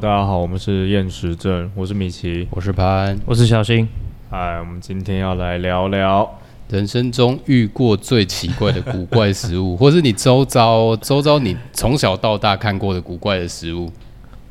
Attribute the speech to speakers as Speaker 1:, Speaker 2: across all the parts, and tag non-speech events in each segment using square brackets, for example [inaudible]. Speaker 1: 大家好，我们是厌食症，我是米奇。
Speaker 2: 我是潘。
Speaker 3: 我是小新，
Speaker 1: 哎，我们今天要来聊聊，
Speaker 2: 人生中遇过最奇怪的古怪食 [laughs] 物，或是你周遭周遭你从小到大看过的古怪的食物，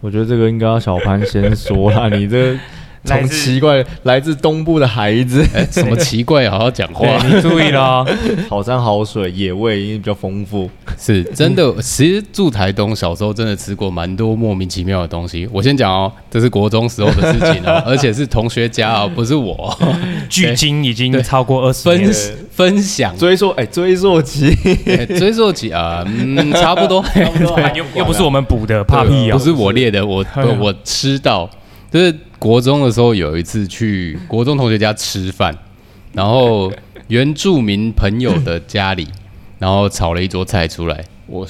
Speaker 1: 我觉得这个应该要小潘先说
Speaker 3: [laughs]
Speaker 1: 啦。你这
Speaker 3: 来
Speaker 1: 从
Speaker 3: 自
Speaker 1: 奇怪来自东部的孩
Speaker 3: [laughs]
Speaker 1: 子，
Speaker 2: [laughs] 哎、什么奇怪？好好讲话。
Speaker 3: 对你注意了哦，
Speaker 1: 好山好水，野味因为比较丰富。
Speaker 2: 是真的，其实住台东小时候真的吃过蛮多莫名其妙的东西。我先讲哦，这是国中时候的事情 [laughs] 哦，而且是同学家哦，不是我
Speaker 3: 距今已经超过二十
Speaker 2: [laughs]
Speaker 3: 年
Speaker 2: 分
Speaker 3: 了，
Speaker 2: 分享。
Speaker 1: 追溯，哎，追溯期，
Speaker 2: 哎追溯起啊，嗯，差不多， [laughs] 差不多
Speaker 3: 啊
Speaker 1: [laughs]
Speaker 3: 又又不是我们补的，怕屁
Speaker 2: 啊不
Speaker 3: 哦。
Speaker 2: 是我列的，我
Speaker 3: 哎
Speaker 2: 我我吃到，就是国中的时候有一次去国中同学家吃饭，然
Speaker 3: [laughs]
Speaker 2: 后原住民朋友的家里，然后炒了一桌菜出来，我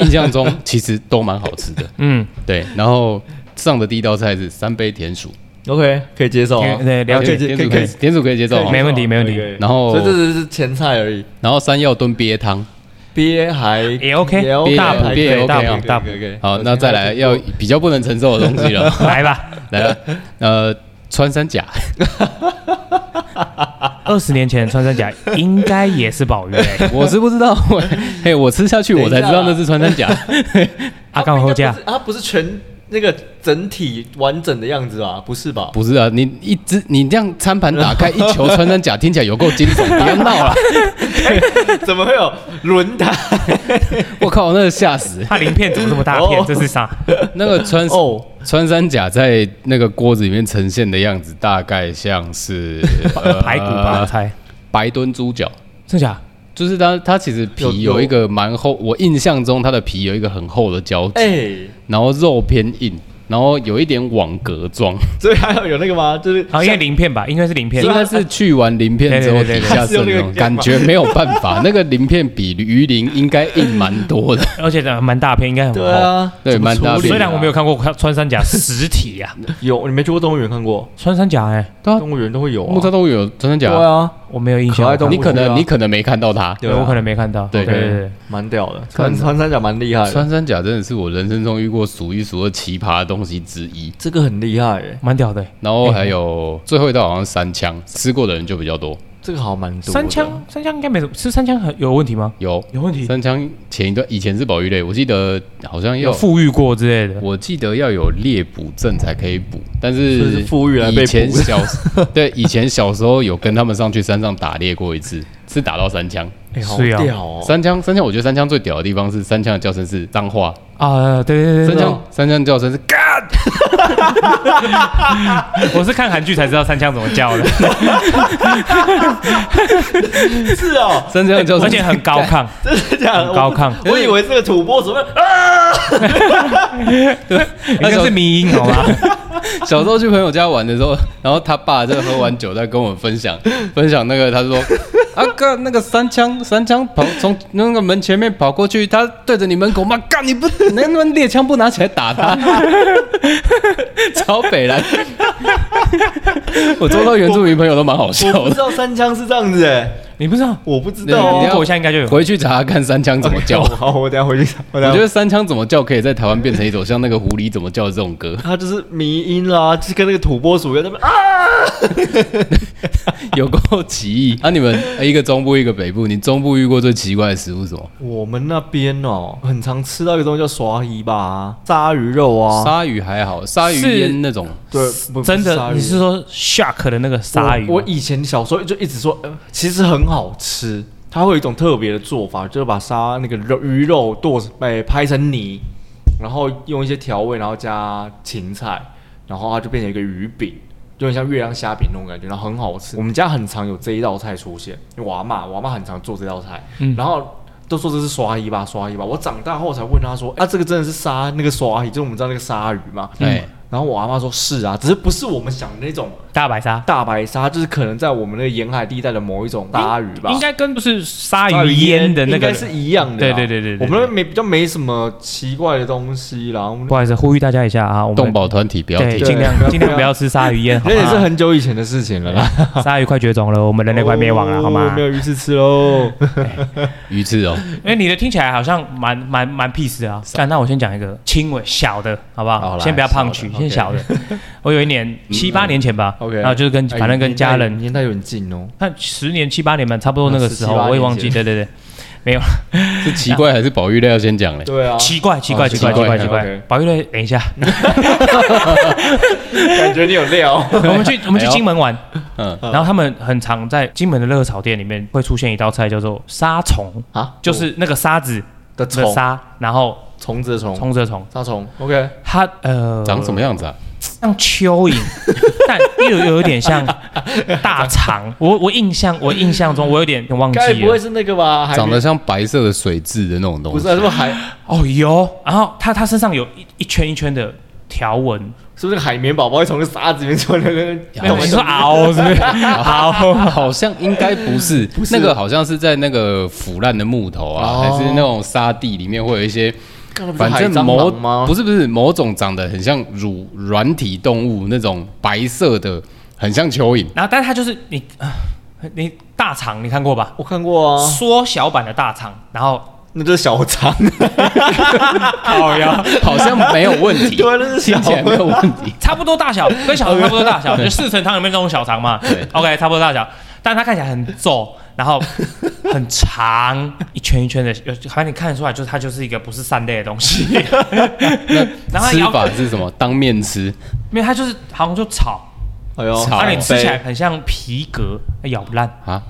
Speaker 2: 印象中其实都蛮好吃
Speaker 3: [laughs]
Speaker 2: 的，
Speaker 3: 嗯，
Speaker 2: 对，然后上的第一道菜是三杯甜薯，
Speaker 1: ，OK，可以接受啊，
Speaker 3: 对，了解
Speaker 1: 可以
Speaker 2: 甜
Speaker 1: 可以
Speaker 2: 薯
Speaker 1: 可
Speaker 2: 可
Speaker 1: 以
Speaker 2: 以甜薯可以接受哦，
Speaker 3: 哎没问题没问题
Speaker 1: 可以可以
Speaker 2: 然后
Speaker 1: 所以这只是前菜而已，
Speaker 2: 然后山药炖鳖汤，
Speaker 1: 鳖还
Speaker 3: 也 OK，
Speaker 1: 也 OK，
Speaker 3: 大补
Speaker 1: 还可以
Speaker 2: 也 OK
Speaker 3: 大
Speaker 2: 哦
Speaker 3: 补大补，
Speaker 2: 好，那再来要比较不能承受的东西了，
Speaker 1: [laughs]
Speaker 3: 来吧。
Speaker 2: 来了，呃，穿山甲。
Speaker 3: 二十年前的穿山甲应该也是
Speaker 1: [laughs]
Speaker 3: 宝玉欸，
Speaker 2: [laughs] 我是不知道，我嘿，我吃下去
Speaker 3: 啊
Speaker 2: 我才知道那是穿山甲。 [laughs]
Speaker 3: 阿啊刚后架
Speaker 1: 哦它不是，它不是全那个整体完整的样子吧？不是吧？
Speaker 2: 不是啊，你一只你这样餐盘打开一球穿山甲，听起来有够惊悚，别闹了！
Speaker 1: [laughs]
Speaker 2: [laughs]
Speaker 1: 怎么会有轮胎？
Speaker 2: 我靠，那个吓死！
Speaker 3: 它鳞片怎么这么大片
Speaker 1: 哦？
Speaker 3: 这是啥？
Speaker 2: 那个穿
Speaker 1: 哦，
Speaker 2: 穿山甲在那个锅子里面呈现的样子，大概像是呃
Speaker 3: [laughs] 排骨吧，我猜。
Speaker 2: 白炖猪脚。
Speaker 3: 真假？
Speaker 2: 就是它，它其实皮
Speaker 1: 有有
Speaker 2: 有一个蛮厚，我印象中它的皮有一个很厚的胶质，
Speaker 1: 哎、
Speaker 2: 然后肉偏硬，然后有一点网格状，
Speaker 1: 所以还要有那个吗？就是
Speaker 3: 啊好，应该鳞片吧，应该是鳞片
Speaker 2: 应。该是去完鳞片之后
Speaker 3: 对对对
Speaker 2: 底
Speaker 3: 对
Speaker 2: 下剩
Speaker 1: 是用那
Speaker 2: 那
Speaker 1: 个
Speaker 2: 种感觉没有办
Speaker 3: [laughs]
Speaker 2: 法，那个鳞片比鱼鳞应该硬蛮多的，
Speaker 3: 而且呃蛮大片，应该很
Speaker 1: 对
Speaker 3: 厚。
Speaker 1: 啊，
Speaker 2: 对，蛮大
Speaker 1: 处理
Speaker 2: 片。
Speaker 3: 哦虽然我没有看过穿山甲实体啊呀，
Speaker 1: 有你没去过动物园看过？
Speaker 3: 穿山甲哎，
Speaker 2: 啊
Speaker 1: 动物园都会有、啊
Speaker 2: 木栅，动物园有真的
Speaker 1: 对
Speaker 2: 假的？
Speaker 1: 啊，
Speaker 3: 我没有印象。
Speaker 1: 可爱动物啊
Speaker 2: 你可
Speaker 1: 对啊
Speaker 2: 能你可能没看到它。
Speaker 3: 对我可能没看到。
Speaker 2: 对
Speaker 3: 对对对，
Speaker 1: 蛮屌的，
Speaker 2: 看
Speaker 1: 穿穿山甲蛮厉害的，
Speaker 2: 穿山甲真的是我人生中遇过数一数二奇葩的东西之一。
Speaker 1: 这个很厉害、欸，
Speaker 3: 蛮屌的欸。
Speaker 2: 然后还有最后一道好像是三枪，吃过的人就比较多。
Speaker 1: 这个好蛮多的。
Speaker 3: 三枪，三枪应该没什么，吃三枪很有问题吗？
Speaker 2: 有
Speaker 3: 有问题，
Speaker 2: 三枪前一段以前是保育类，我记得好像
Speaker 3: 有
Speaker 2: 要
Speaker 3: 富裕过之类的。
Speaker 2: 我记得要有猎捕证才可以捕，但
Speaker 1: 所以是
Speaker 2: 是
Speaker 1: 富裕来被捕
Speaker 2: 以前小
Speaker 1: [laughs]
Speaker 2: 对以前小时候有跟他们上去山上打猎过一次，是打到三枪。
Speaker 1: 哎、好
Speaker 3: 是啊
Speaker 1: 屌哦、
Speaker 2: 三枪三枪，我觉得三枪最屌的地方是三枪的叫声是脏话，
Speaker 3: 啊，对对对
Speaker 2: 三
Speaker 3: 对
Speaker 2: 枪三枪叫声
Speaker 3: [laughs]
Speaker 2: 是嘎，
Speaker 3: [laughs] 对，我是看韩剧才知道三枪怎么
Speaker 1: [laughs]
Speaker 3: 叫的，
Speaker 1: 是哦，
Speaker 2: 三枪叫声
Speaker 3: 而且很高亢，
Speaker 1: 真的假的？
Speaker 3: 很高亢
Speaker 1: 我我以为是个土拨
Speaker 2: [laughs]
Speaker 1: 鼠，啊
Speaker 3: 那就是迷音
Speaker 1: [laughs]
Speaker 3: 好吗？
Speaker 2: 小时候去朋友家玩的时候，然后他爸就喝完酒在跟我们分享 [laughs] 分享那个，他说啊干那个三枪三枪跑从那个门前面跑过去，他对着你门口骂干你不你他妈猎枪不拿起来打他， [laughs] 超北蓝。我周遭原住民朋友都蛮好笑
Speaker 1: 我不知
Speaker 2: 的，
Speaker 1: 道三枪是这样子哎、
Speaker 3: 你不知道？
Speaker 1: 我不知
Speaker 2: 对
Speaker 1: 道、
Speaker 2: 你
Speaker 3: 我
Speaker 1: 啊
Speaker 2: 要。
Speaker 3: 我一下应该就有。
Speaker 2: 回去查看三枪怎么叫。
Speaker 1: [laughs] 好，我等一下回去查，我
Speaker 2: 我
Speaker 1: 等一
Speaker 2: 觉
Speaker 1: 下。
Speaker 2: 得三枪怎么叫可以在台湾变成一首像那个狐狸怎么叫的这种歌，
Speaker 1: 它就是迷音啦，就是跟那个土拨鼠一样，他们啊，
Speaker 2: 有够奇异。啊，你们一个中部一个北部，你中部遇过最奇怪的食物是什么？
Speaker 1: 我们那边哦，很常吃到一个东西叫刷鱼吧，鲨鱼肉啊，
Speaker 2: 鲨鱼还好，鲨鱼
Speaker 3: 是
Speaker 2: 烟那种，
Speaker 1: 对，不
Speaker 3: 真
Speaker 1: 不鲨
Speaker 3: 的，
Speaker 1: 鱼
Speaker 3: 你是说 shark 的那个鲨鱼吗？
Speaker 1: 我？我以前小时候就一直说，呃，其实很好吃。它会有一种特别的做法，就是把沙那个肉鱼肉剁，哎、拍成泥，然后用一些调味，然后加芹菜，然后它就变成一个鱼饼，就很像月亮虾饼那种感觉，然后很好吃。我们家很常有这一道菜出现，因为我阿妈，我阿妈很常做这道菜，
Speaker 3: 嗯
Speaker 1: 然后都说这是刷一
Speaker 3: 嗯
Speaker 1: 吧，刷一吧。我长大后才问她说，啊，这个真的是鲨那个刷一，就是我们知道那个鲨鱼嘛？
Speaker 2: 哎
Speaker 1: 然然后我阿妈说是啊，只是不是我们想的那种
Speaker 3: 大白鲨，
Speaker 1: 大白鲨，就是可能在我们那个沿海地带的某一种大鱼吧，
Speaker 3: 应该跟不是鲨鱼烟的那
Speaker 1: 应
Speaker 3: 个
Speaker 1: 该。是一样的啦。
Speaker 3: 对对对对对对
Speaker 1: 我们那边没比较没什么奇怪的东西啦。我们
Speaker 3: 不好意思，呼吁大家一下啊，我
Speaker 2: 动
Speaker 3: 们
Speaker 2: 保团体不要
Speaker 3: 对
Speaker 2: 提
Speaker 1: 对，
Speaker 3: 尽量
Speaker 1: 不要
Speaker 3: 尽量不要吃鲨鱼烟，
Speaker 1: [laughs]
Speaker 3: 好
Speaker 1: 那也是
Speaker 3: 吗？
Speaker 1: 很久以前的事情了啦，
Speaker 3: 鲨鱼快绝种了，我们人类快灭亡了，好
Speaker 1: 哦
Speaker 3: 吗
Speaker 1: 没？有鱼吃吃 [laughs] 喽。
Speaker 2: 鱼刺
Speaker 1: [laughs]
Speaker 2: 哦，
Speaker 3: 因哎为你的听起来好像蛮蛮蛮 peace 的啊。干那我先讲一个轻微小的，好不好？
Speaker 1: 好来
Speaker 3: 先不要
Speaker 1: 小的
Speaker 3: 胖曲，
Speaker 1: OK 嗯
Speaker 3: 先小的。 [laughs] 我有一年七八年前吧
Speaker 1: OK 哎
Speaker 3: 然后就是跟反正跟家人，
Speaker 1: 年代有点近哦，
Speaker 3: 那十年七八年吧，差不多那个时候，
Speaker 1: 17
Speaker 3: 我也忘记。
Speaker 1: 18
Speaker 3: 对对对，
Speaker 2: 是奇怪还是保育类要先讲嘞？
Speaker 1: 对啊，
Speaker 3: 奇怪奇怪
Speaker 2: 哦
Speaker 3: 奇怪
Speaker 2: 奇
Speaker 3: 奇
Speaker 2: 怪
Speaker 3: 怪奇
Speaker 1: OK
Speaker 3: 怪，宝玉乐，等一下，
Speaker 1: [laughs] 感觉你有料。
Speaker 3: 我们去我们去
Speaker 2: 哎呦
Speaker 3: 金门玩，
Speaker 2: 嗯，
Speaker 3: 然后他们很常在金门的热炒店里面会出现一道菜叫做沙虫，
Speaker 1: [laughs] 啊，
Speaker 3: 就是那个沙子
Speaker 1: 的
Speaker 3: 的
Speaker 1: 虫，
Speaker 3: 沙，然后
Speaker 1: 虫子的虫，
Speaker 3: 虫子的虫，
Speaker 1: 沙虫。OK，
Speaker 3: 它呃
Speaker 2: 长什么样子啊？
Speaker 3: 像蚯蚓， [laughs] 但又有点像大肠。我我印象我印象中我有点忘记
Speaker 1: 该不会
Speaker 3: 了。
Speaker 1: 是那个吧？海绵
Speaker 2: 长得像白色的水蛭的那种
Speaker 1: 不
Speaker 2: 东
Speaker 1: 是
Speaker 2: 西
Speaker 1: 啊，，是不是海？ [laughs]
Speaker 3: 哦，有。然后它它身上有一一圈一圈的条纹，
Speaker 1: 是不是那个海绵宝宝会从那个沙子里面 [laughs] 出来？
Speaker 3: 没有，
Speaker 2: 好
Speaker 3: 你
Speaker 2: 像
Speaker 3: 说螯是
Speaker 1: [laughs]
Speaker 3: 不 [laughs] 是？螯。
Speaker 2: 好像应该不是，
Speaker 1: 是
Speaker 2: 那个好像是在那个腐烂的木头啊，
Speaker 1: 哦
Speaker 2: 还是那种沙地里面会有一些，
Speaker 1: 干那不是
Speaker 2: 反
Speaker 1: 海蟑
Speaker 2: 正
Speaker 1: 螂
Speaker 2: 某
Speaker 1: 吗？
Speaker 2: 不是不是某种长得很像乳软体动物那种白色的，很像蚯
Speaker 1: [laughs]
Speaker 2: 蚓。
Speaker 3: 然后，但是它就是你，啊你大肠你看过吧？
Speaker 1: 我看过啊，
Speaker 3: 缩小版的大肠，然后
Speaker 1: 那就是小肠。
Speaker 3: 好呀，
Speaker 2: 好像没有问题，
Speaker 1: 对，啊那是
Speaker 2: 听
Speaker 1: 小
Speaker 2: 起来没有问题。
Speaker 3: 差不多大 [laughs] 小，跟小肠差不多大小，就四神汤里面这种小肠嘛
Speaker 2: 对。
Speaker 3: OK，差不多大小，但它看起来很皱，然后很长，一圈一圈的，有反正你看得出来，就是它就是一个不是善类的东西， [laughs]
Speaker 1: [laughs]
Speaker 3: 然后
Speaker 2: 那
Speaker 3: 它
Speaker 2: 吃
Speaker 3: 咬
Speaker 2: 法是什么？当面吃，
Speaker 3: 因为它就是好像就草，
Speaker 1: 哎呦，
Speaker 2: 草
Speaker 3: 而
Speaker 1: 飞
Speaker 3: 且你吃起来很像皮革，哎咬不烂。
Speaker 2: 啊，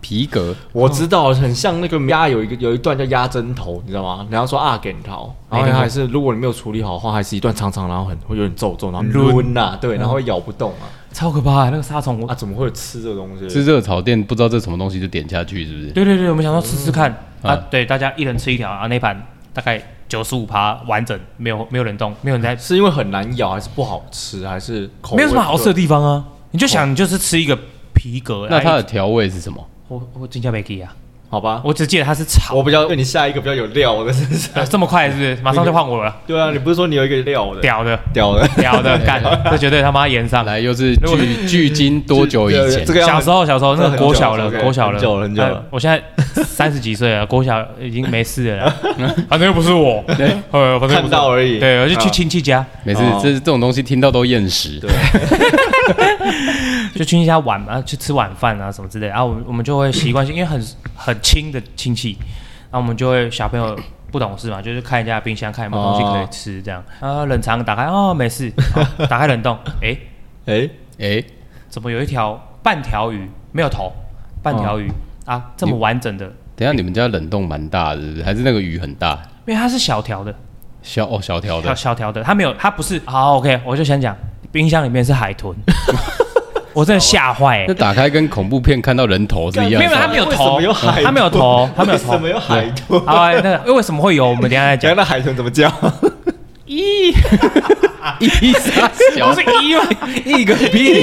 Speaker 2: 皮革
Speaker 1: 我知道，很像那个鸭有一个有一段叫鸭针头，你知道吗？然后说阿根桃，然后
Speaker 3: 没听过
Speaker 1: 还是如果你没有处理好的话，还是一段长长，然后很会有点皱皱，然后
Speaker 3: 抡
Speaker 1: 抡呐，
Speaker 3: 嗯
Speaker 1: 对，然后会咬不动啊。
Speaker 3: 超可怕的那个沙虫，
Speaker 1: 啊，
Speaker 3: 我
Speaker 1: 怎么会有吃这个东西？
Speaker 2: 吃热炒店，不知道这什么东西就点下去，是不是？
Speaker 3: 对对对，我们想说试试看
Speaker 2: 嗯
Speaker 3: 啊，对，大家一人吃一条啊，那盘大概九十五趴完整，没有没有人动，没有人在
Speaker 1: 是因为很难咬，还是不好吃，还是口味
Speaker 3: 没有什么好吃的
Speaker 1: 不
Speaker 3: 地方啊。你就想，你就是吃一个皮革。
Speaker 2: 那它
Speaker 3: 哎
Speaker 2: 的调味是什么？
Speaker 3: 我我真叫没给啊，
Speaker 1: 对？好吧，
Speaker 3: 我只记得它是草。
Speaker 1: 我比较对你下一个比较有料的身上。
Speaker 3: 呃这么快是不是？马上就换我了，
Speaker 1: 对啊，你不是说你有一个料的
Speaker 3: 屌的，
Speaker 1: 屌的？[laughs]
Speaker 3: 屌的，干，这绝对他妈演上。
Speaker 2: 来，又是
Speaker 3: 如果
Speaker 2: 距距今多久以
Speaker 1: 对
Speaker 2: 前
Speaker 1: 这？个要
Speaker 3: 小时候，小时候
Speaker 1: 这
Speaker 3: 那
Speaker 1: 很
Speaker 3: 个
Speaker 1: 久
Speaker 3: 国小了
Speaker 1: 了，，OK，
Speaker 3: 国小
Speaker 1: 很久了很久了
Speaker 3: 哎我现在三十几岁了，国小已经没
Speaker 1: [laughs]
Speaker 3: 事了啦，啊反正又不是我，呃，反正又不是我
Speaker 1: 看到而已
Speaker 3: 对，我就去
Speaker 1: 啊
Speaker 3: 亲戚家，
Speaker 2: 每次
Speaker 1: 哦
Speaker 2: 这这种东西听到都厌食。
Speaker 1: 对
Speaker 3: 就去亲戚家玩嘛，去吃晚饭啊什么之类的，然、后我们我们就会习惯性，因为很很亲的亲戚，然后我们就会小朋友不懂事嘛，就是看一下冰箱，看有没有东西
Speaker 1: 哦
Speaker 3: 可以吃这样，然后冷藏打开哦没事，好打开冷冻，诶，
Speaker 1: 哎，
Speaker 2: 哎，
Speaker 3: 怎么有一条半条鱼没有头，半条鱼、
Speaker 2: 哦
Speaker 3: 啊这么完整的，
Speaker 2: 等一下你们家冷冻蛮大的，是不是还是那个鱼很大？
Speaker 3: 因为它是小条的，
Speaker 2: 小哦小条
Speaker 3: 小
Speaker 2: 的，
Speaker 3: 小条的，它没有，它不是好 OK，我就想讲，冰箱里面是海豚，
Speaker 2: [laughs]
Speaker 3: 我真的吓坏、欸
Speaker 2: 那，打开跟恐怖片看到人头是一样
Speaker 3: 没有没有它
Speaker 2: 的。
Speaker 3: 没有
Speaker 1: 为什么
Speaker 3: 头
Speaker 1: 有海豚，
Speaker 3: 它没有头它没有头
Speaker 1: 为什么有海豚？
Speaker 2: 啊
Speaker 3: 好、哎那个为什么会有？我们等一下再
Speaker 1: 讲
Speaker 2: [laughs]
Speaker 3: 讲。
Speaker 1: 那海豚怎么叫？
Speaker 3: 咦，
Speaker 2: [laughs] 一傻小
Speaker 3: 不是一吗？
Speaker 2: [laughs] 一个屁！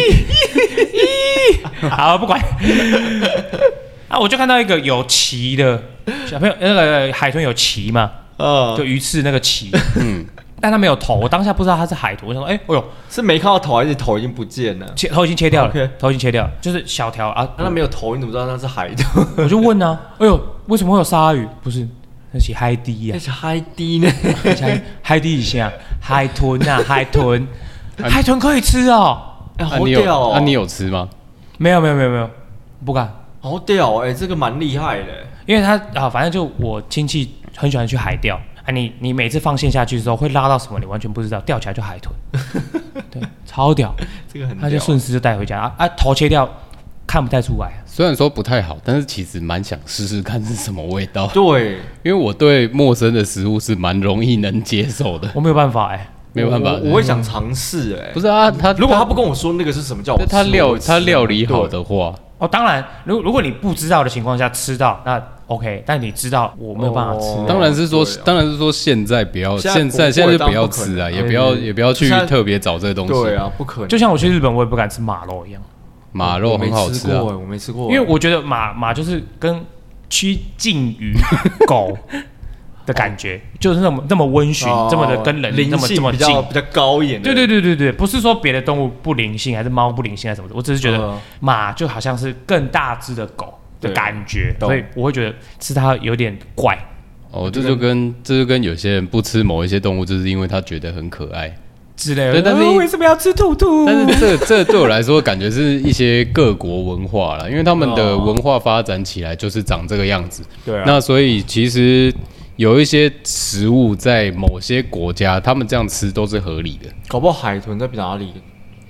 Speaker 3: 好，不管。 [laughs] 啊，我就看到一个有鳍的小朋友，那个海豚有鳍嘛，
Speaker 1: 嗯
Speaker 3: 就，鱼刺那个鳍，嗯，但它没有头，我当下不知道它是海豚，我想说，哎、哎呦，
Speaker 1: 是没看到头，还是头已经不见了？
Speaker 3: 切头已经切掉了
Speaker 1: OK
Speaker 3: 头已经切掉了，就是小条啊，
Speaker 1: 那它没有头，你怎么知道它是海
Speaker 3: [laughs]
Speaker 1: 豚？
Speaker 3: 我就问啊，哎呦，为什么会有鲨鱼？不是，那是海底呀、
Speaker 1: 那是海底呢？
Speaker 3: 啊， [laughs] 海海底以下海豚啊， [laughs] 海豚，海豚可以吃哦？
Speaker 1: 哎，
Speaker 2: 啊
Speaker 1: 好
Speaker 2: 你
Speaker 1: 屌
Speaker 2: 有
Speaker 1: 哦！
Speaker 2: 啊你有吃吗？
Speaker 3: 没有没有没有没有，不敢。
Speaker 1: 好屌哎，这个蛮厉害的。
Speaker 3: 因为他啊，反正就我亲戚很喜欢去海钓啊你，你每次放线下去之后会拉到什么，你完全不知道，钓起来就海 [laughs] 豚，对，超屌，
Speaker 1: 这个很屌
Speaker 3: 他就顺势就带回家啊啊，头切掉看不太出来啊，
Speaker 2: 虽然说不太好，但是其实蛮想试试看是什么味道，
Speaker 1: 对，
Speaker 2: 因为我对陌生的食物是蛮容易能接受的，
Speaker 3: 我没有办法哎、嗯
Speaker 2: 没有办法
Speaker 1: 我。我会想尝试哎
Speaker 2: 不。是啊，他
Speaker 1: 如果他不跟我说那个是什么叫我吃，
Speaker 2: 他料
Speaker 1: 我会吃
Speaker 2: 他料理好，的话，
Speaker 3: 哦，当然，如如果你不知道的情况下吃到，那 OK，但你知道我没有办法吃，
Speaker 1: 哦
Speaker 2: 当然是说
Speaker 1: 对啊，
Speaker 2: 当然是说现在不要，
Speaker 1: 现在
Speaker 2: 现在
Speaker 1: 不会
Speaker 2: 现在就
Speaker 1: 当
Speaker 2: 不要
Speaker 1: 不可
Speaker 2: 吃
Speaker 1: 能
Speaker 2: 啊，
Speaker 1: 啊
Speaker 2: 也不要也不要去
Speaker 1: 现在
Speaker 2: 特别找这个东
Speaker 1: 对
Speaker 2: 西。
Speaker 1: 啊，不可能。
Speaker 3: 就像我去日本，我也不敢吃马肉一样，
Speaker 2: 马肉
Speaker 1: 我没
Speaker 2: 很好吃
Speaker 1: 过
Speaker 2: 啊，
Speaker 1: 欸，我没吃过
Speaker 3: 因
Speaker 1: 欸，
Speaker 3: 为我觉得马马就是跟趋近于
Speaker 1: [laughs]
Speaker 3: 狗的感觉，就是那么那么温驯，
Speaker 1: 哦
Speaker 3: 这么的跟人
Speaker 1: 灵
Speaker 3: 这么这
Speaker 1: 性
Speaker 3: 么
Speaker 1: 比
Speaker 3: 近。
Speaker 1: 较比较高一点的。
Speaker 3: 对对对对对，不是说别的动物不灵性，还是猫不灵性，还是什么的。我只是觉得
Speaker 1: 嗯
Speaker 3: 马就好像是更大只的狗的
Speaker 1: 对
Speaker 3: 感觉，
Speaker 1: 懂
Speaker 3: 所以我会觉得吃它有点怪。
Speaker 2: 哦，这就跟这就跟有些人不吃某一些动物，就是因为他觉得很可爱。
Speaker 3: 之类的。
Speaker 2: 对但是
Speaker 3: 呃为什么要吃兔兔？
Speaker 2: 但是这这对我来说，感觉是一些各国文化啦，因为他们的文化发展起来就是长这个样子。
Speaker 1: 对啊，
Speaker 2: 那所以其实有一些食物在某些国家，他们这样吃都是合理的。
Speaker 1: 搞不好海豚在哪里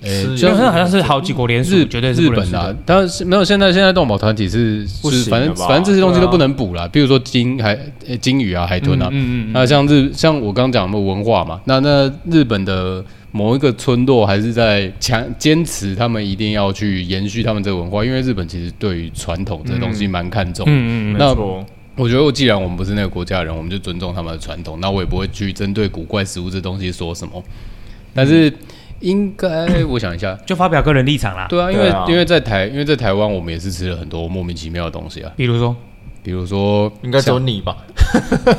Speaker 2: 欸
Speaker 1: 吃？
Speaker 2: 就
Speaker 3: 就好像是好几国联
Speaker 2: 日
Speaker 3: 署，绝对是
Speaker 2: 日
Speaker 3: 不能吃
Speaker 2: 本
Speaker 3: 的
Speaker 2: 啊，当然是没有。现在现在动保团体是
Speaker 1: 不
Speaker 2: 是
Speaker 1: 行
Speaker 2: 反
Speaker 1: 了
Speaker 2: 正
Speaker 1: 吧
Speaker 2: 反正这些东西
Speaker 1: 对啊
Speaker 2: 都不能捕啦，比如说金海、呃金鱼啊、海豚啊。
Speaker 3: 嗯嗯嗯
Speaker 2: 那像日像我刚讲的文化嘛，那那日本的某一个村落还是在强坚持他们一定要去延续他们这个文化，因为日本其实对于传统这东西蛮看重的。
Speaker 3: 嗯嗯嗯，
Speaker 2: 那
Speaker 1: 没错
Speaker 2: 我觉得，既然我们不是那个国家的人，我们就尊重他们的传统。那我也不会去针对古怪食物这东西说什么。但是，
Speaker 3: 嗯
Speaker 2: 应该我想一下，
Speaker 3: 就发表个人立场啦。
Speaker 2: 对啊，因为、
Speaker 1: 对啊
Speaker 2: 因为在台因为在台湾，我们也是吃了很多莫名其妙的东西啊，
Speaker 3: 比如说，
Speaker 2: 比如说，
Speaker 1: 应该只有
Speaker 2: 像
Speaker 1: 你吧？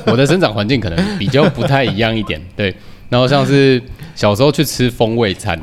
Speaker 2: 我的生长环境可能比较不太一样一点， [laughs] 对。然后像是小时候去吃风味餐，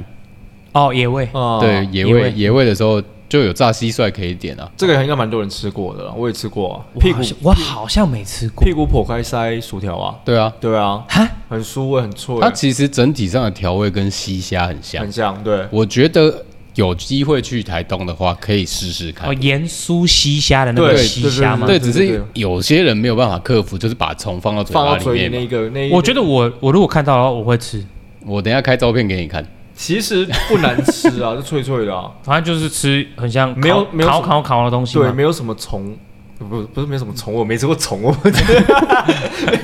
Speaker 3: 哦，野味，
Speaker 1: 啊，
Speaker 2: 对野
Speaker 3: 野味
Speaker 2: 味野味的时候就有炸蟋蟀可以点啊，
Speaker 1: 这个应该蛮多人吃过的啦，我也吃过啊，屁股
Speaker 3: 我好像我好像没吃过
Speaker 1: 屁股剖开塞薯条啊，
Speaker 2: 对啊，
Speaker 1: 对啊，
Speaker 3: 哈，
Speaker 1: 很酥味，很脆，
Speaker 2: 它其实整体上的调味跟西虾很像
Speaker 1: 很，像，对，
Speaker 2: 我觉得有机会去台东的话可以试试看
Speaker 3: 哦，。盐酥西虾的那个
Speaker 1: 对
Speaker 3: 西虾吗？
Speaker 2: 对，
Speaker 1: 对
Speaker 2: 只
Speaker 1: 对
Speaker 2: 是
Speaker 1: 对
Speaker 2: 有些人没有办法克服，就是把虫放到嘴
Speaker 1: 放
Speaker 2: 巴
Speaker 1: 到
Speaker 2: 里
Speaker 1: 嘴里
Speaker 2: 面嘛。
Speaker 1: 那个那一，
Speaker 3: 我觉得我我如果看到的话，我会吃，
Speaker 2: 我等一下开照片给你看。
Speaker 1: 其实不难吃啊，就脆脆的啊，
Speaker 3: 反正就是吃很像
Speaker 1: 没有
Speaker 3: 烤
Speaker 1: 没有什
Speaker 3: 烤
Speaker 1: 么
Speaker 3: 烤烤的东西
Speaker 1: 对，
Speaker 3: 嘛。
Speaker 1: 没有什么虫，不不是没什么虫，我没吃过虫，我 [laughs]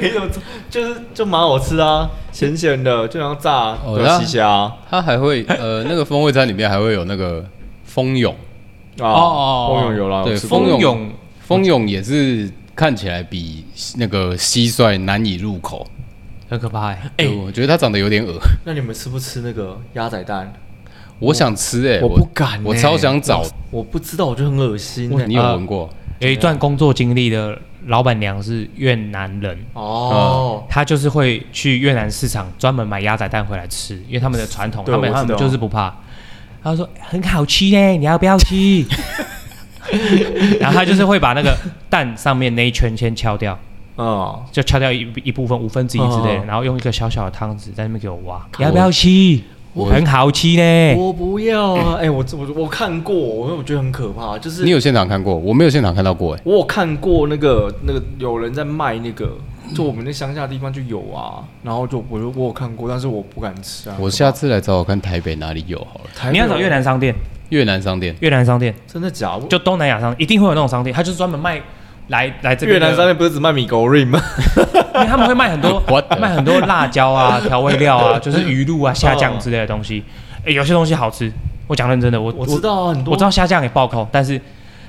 Speaker 1: 没有虫，就是就蛮好吃啊，咸咸的，就像炸
Speaker 2: 哦
Speaker 1: 对
Speaker 2: 那
Speaker 1: 啊西虾啊，
Speaker 2: 它还
Speaker 1: [laughs]
Speaker 2: 会呃，那个风味餐里面还会有那个蜂蛹，
Speaker 3: 哦
Speaker 1: 啊蜂蛹有啦，
Speaker 2: 对，
Speaker 1: 我吃过
Speaker 2: 蜂蛹
Speaker 3: 蜂蛹，
Speaker 2: 蜂蛹也是看起来比那个蟋蟀难以入口。
Speaker 3: 很可怕哎。
Speaker 2: 哎，我觉得它长得有点恶，
Speaker 1: 那你们吃不吃那个鸭仔蛋？
Speaker 2: 我想吃哎，
Speaker 1: 我不敢
Speaker 2: 我
Speaker 1: 欸
Speaker 2: 超想找。
Speaker 1: 我不知道，我觉得很恶心欸。
Speaker 2: 你有闻过？
Speaker 3: 有一段工作经历的老板娘是越南人，
Speaker 1: 哦，
Speaker 3: 他就是会去越南市场专门买鸭仔蛋回来吃，因为他们的传统，
Speaker 1: 对
Speaker 3: 他们
Speaker 1: 我
Speaker 3: 他
Speaker 1: 知道
Speaker 3: 们就是不怕。他说很好吃呢，你要不要吃？ [laughs] 然后他就是会把那个蛋上面那一圈先敲掉，
Speaker 1: 嗯，
Speaker 3: 就敲掉一一部分五分之一之类的，
Speaker 1: 嗯
Speaker 3: 然后用一个小小的汤匙在那边给我挖，要不要吃？
Speaker 2: 我
Speaker 3: 很好吃呢。
Speaker 1: 我不要啊！哎、我我我看过，我我觉得很可怕，就是
Speaker 2: 你有现场看过？我没有现场看到过哎。
Speaker 1: 我有看过那个那个有人在卖那个，就我们那乡下地方就有啊，然后就我就我有看过，但是我不敢吃啊。
Speaker 2: 我下次来找我看台北哪里有好了。
Speaker 1: 台北
Speaker 3: 你要找越南商店，
Speaker 2: 越南商店，
Speaker 3: 越南商店
Speaker 1: 真的假的？
Speaker 3: 就东南亚商，一定会有那种商店，他就是专门卖来来这
Speaker 1: 越
Speaker 3: 边的
Speaker 1: 南上面不是只卖米狗瑞吗？
Speaker 3: 因为他们会卖很多
Speaker 2: What the-
Speaker 3: 卖很多辣椒啊、调味料啊，就是鱼露啊、虾酱之类的东西。诶，有些东西好吃，我讲认真的，我
Speaker 1: 我知道啊，很
Speaker 3: 我
Speaker 1: 多
Speaker 3: 我知道虾酱也爆扣，但是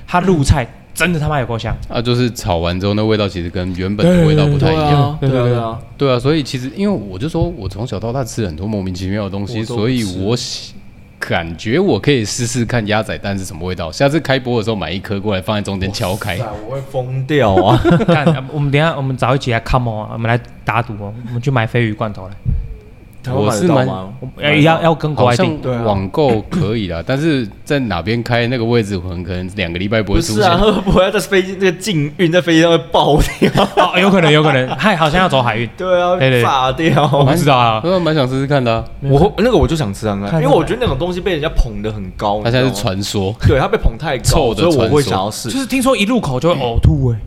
Speaker 3: 它入菜真的他妈有够香。
Speaker 2: 啊，就是炒完之后那味道其实跟原本的味道不太
Speaker 1: 对
Speaker 2: 一样。
Speaker 1: 啊，对啊，对啊，
Speaker 2: 对啊，所以其实因为我就说我从小到大吃很多莫名其妙的东西，
Speaker 1: 我都
Speaker 2: 所以
Speaker 1: 吃
Speaker 2: 我喜感觉我可以试试看鸭仔蛋是什么味道。下次开播的时候买一颗过来放在中间敲开
Speaker 1: 哎，我会疯掉啊！
Speaker 3: 但呃我们等一下我们早一起来 come on，我们来打赌哦，我们去买鲱鱼罐头来，
Speaker 1: 台湾
Speaker 2: 我
Speaker 1: 买
Speaker 2: 是
Speaker 1: 得到
Speaker 2: 蛮
Speaker 1: 吗？
Speaker 3: 要哎要要跟国
Speaker 2: 好
Speaker 3: 外
Speaker 2: 像
Speaker 3: 订。
Speaker 1: 对啊
Speaker 2: 网购可以啦，但是在哪边开那个位置，很可能两个礼拜不
Speaker 1: 不
Speaker 2: 会出
Speaker 1: 是
Speaker 2: 现。
Speaker 1: 啊， [laughs] 会不会在飞机那个禁运在飞机上会爆掉？
Speaker 3: 哦，有可能有可能，嗨，好像要走海运，
Speaker 1: 对啊，
Speaker 3: 对对
Speaker 1: 会炸掉。
Speaker 3: 我不知道啊。
Speaker 2: 我蛮想试试看的啊、
Speaker 1: 我那个我就想吃看
Speaker 3: 看
Speaker 1: 看，因为我觉得那种东西被人家捧得很高。
Speaker 2: 它现在
Speaker 1: 你
Speaker 2: 是
Speaker 1: 知道吗，
Speaker 2: 传说，
Speaker 1: 对，它被捧太
Speaker 2: 臭
Speaker 1: 高，
Speaker 2: 的
Speaker 1: 所以我会
Speaker 2: 传说
Speaker 1: 想要
Speaker 3: 就
Speaker 1: 试，
Speaker 3: 是听说一入口就会呕吐哎、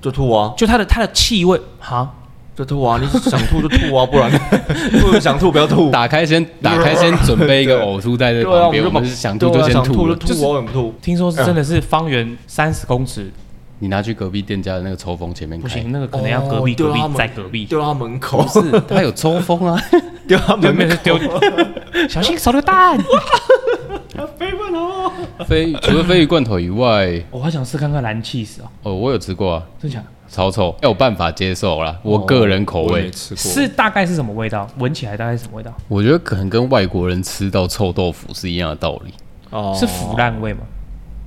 Speaker 1: 就吐啊，
Speaker 3: 就它的它的气味哈，
Speaker 1: 就吐啊，你想吐就吐啊，不 [laughs] 然不想吐不要吐。
Speaker 2: 打开先打开先准备一个
Speaker 1: 对
Speaker 2: 呕吐袋在
Speaker 1: 对啊，
Speaker 2: 旁
Speaker 1: 我
Speaker 2: 边，
Speaker 1: 就
Speaker 2: 我
Speaker 1: 把
Speaker 2: 们是想吐
Speaker 1: 对
Speaker 2: 就
Speaker 1: 啊
Speaker 2: 先
Speaker 1: 想吐
Speaker 2: 吐
Speaker 1: 就
Speaker 2: 了。
Speaker 1: 吐啊，我也不吐。
Speaker 3: 听说是真的是方圆三十公尺
Speaker 2: 你拿去隔壁店家的那个抽风前面
Speaker 3: 不
Speaker 2: 开
Speaker 3: 行，，那个可能要隔壁、
Speaker 1: 哦
Speaker 3: 隔壁
Speaker 1: 丢到他们
Speaker 3: 再隔壁，
Speaker 1: 丢到他门口，
Speaker 2: 是它有抽风啊。 [laughs]
Speaker 1: 丢到他
Speaker 3: 对
Speaker 1: 门
Speaker 3: 面
Speaker 1: 口
Speaker 3: 是丢，小心手榴弹。
Speaker 1: 飞不了。
Speaker 2: 飞除了鲱鱼罐头以外，
Speaker 3: [laughs] 我还想试看看蓝气死哦，
Speaker 2: 哦，我有吃过啊，
Speaker 3: 真假的？
Speaker 2: 超臭，没有办法接受啦，我个人口
Speaker 1: 哦我也
Speaker 2: 味
Speaker 1: 没，吃过，
Speaker 3: 是大概是什么味道？闻起来大概是什么味道？
Speaker 2: 我觉得可能跟外国人吃到臭豆腐是一样的道理。
Speaker 1: 哦
Speaker 3: 是腐烂味吗？ [laughs]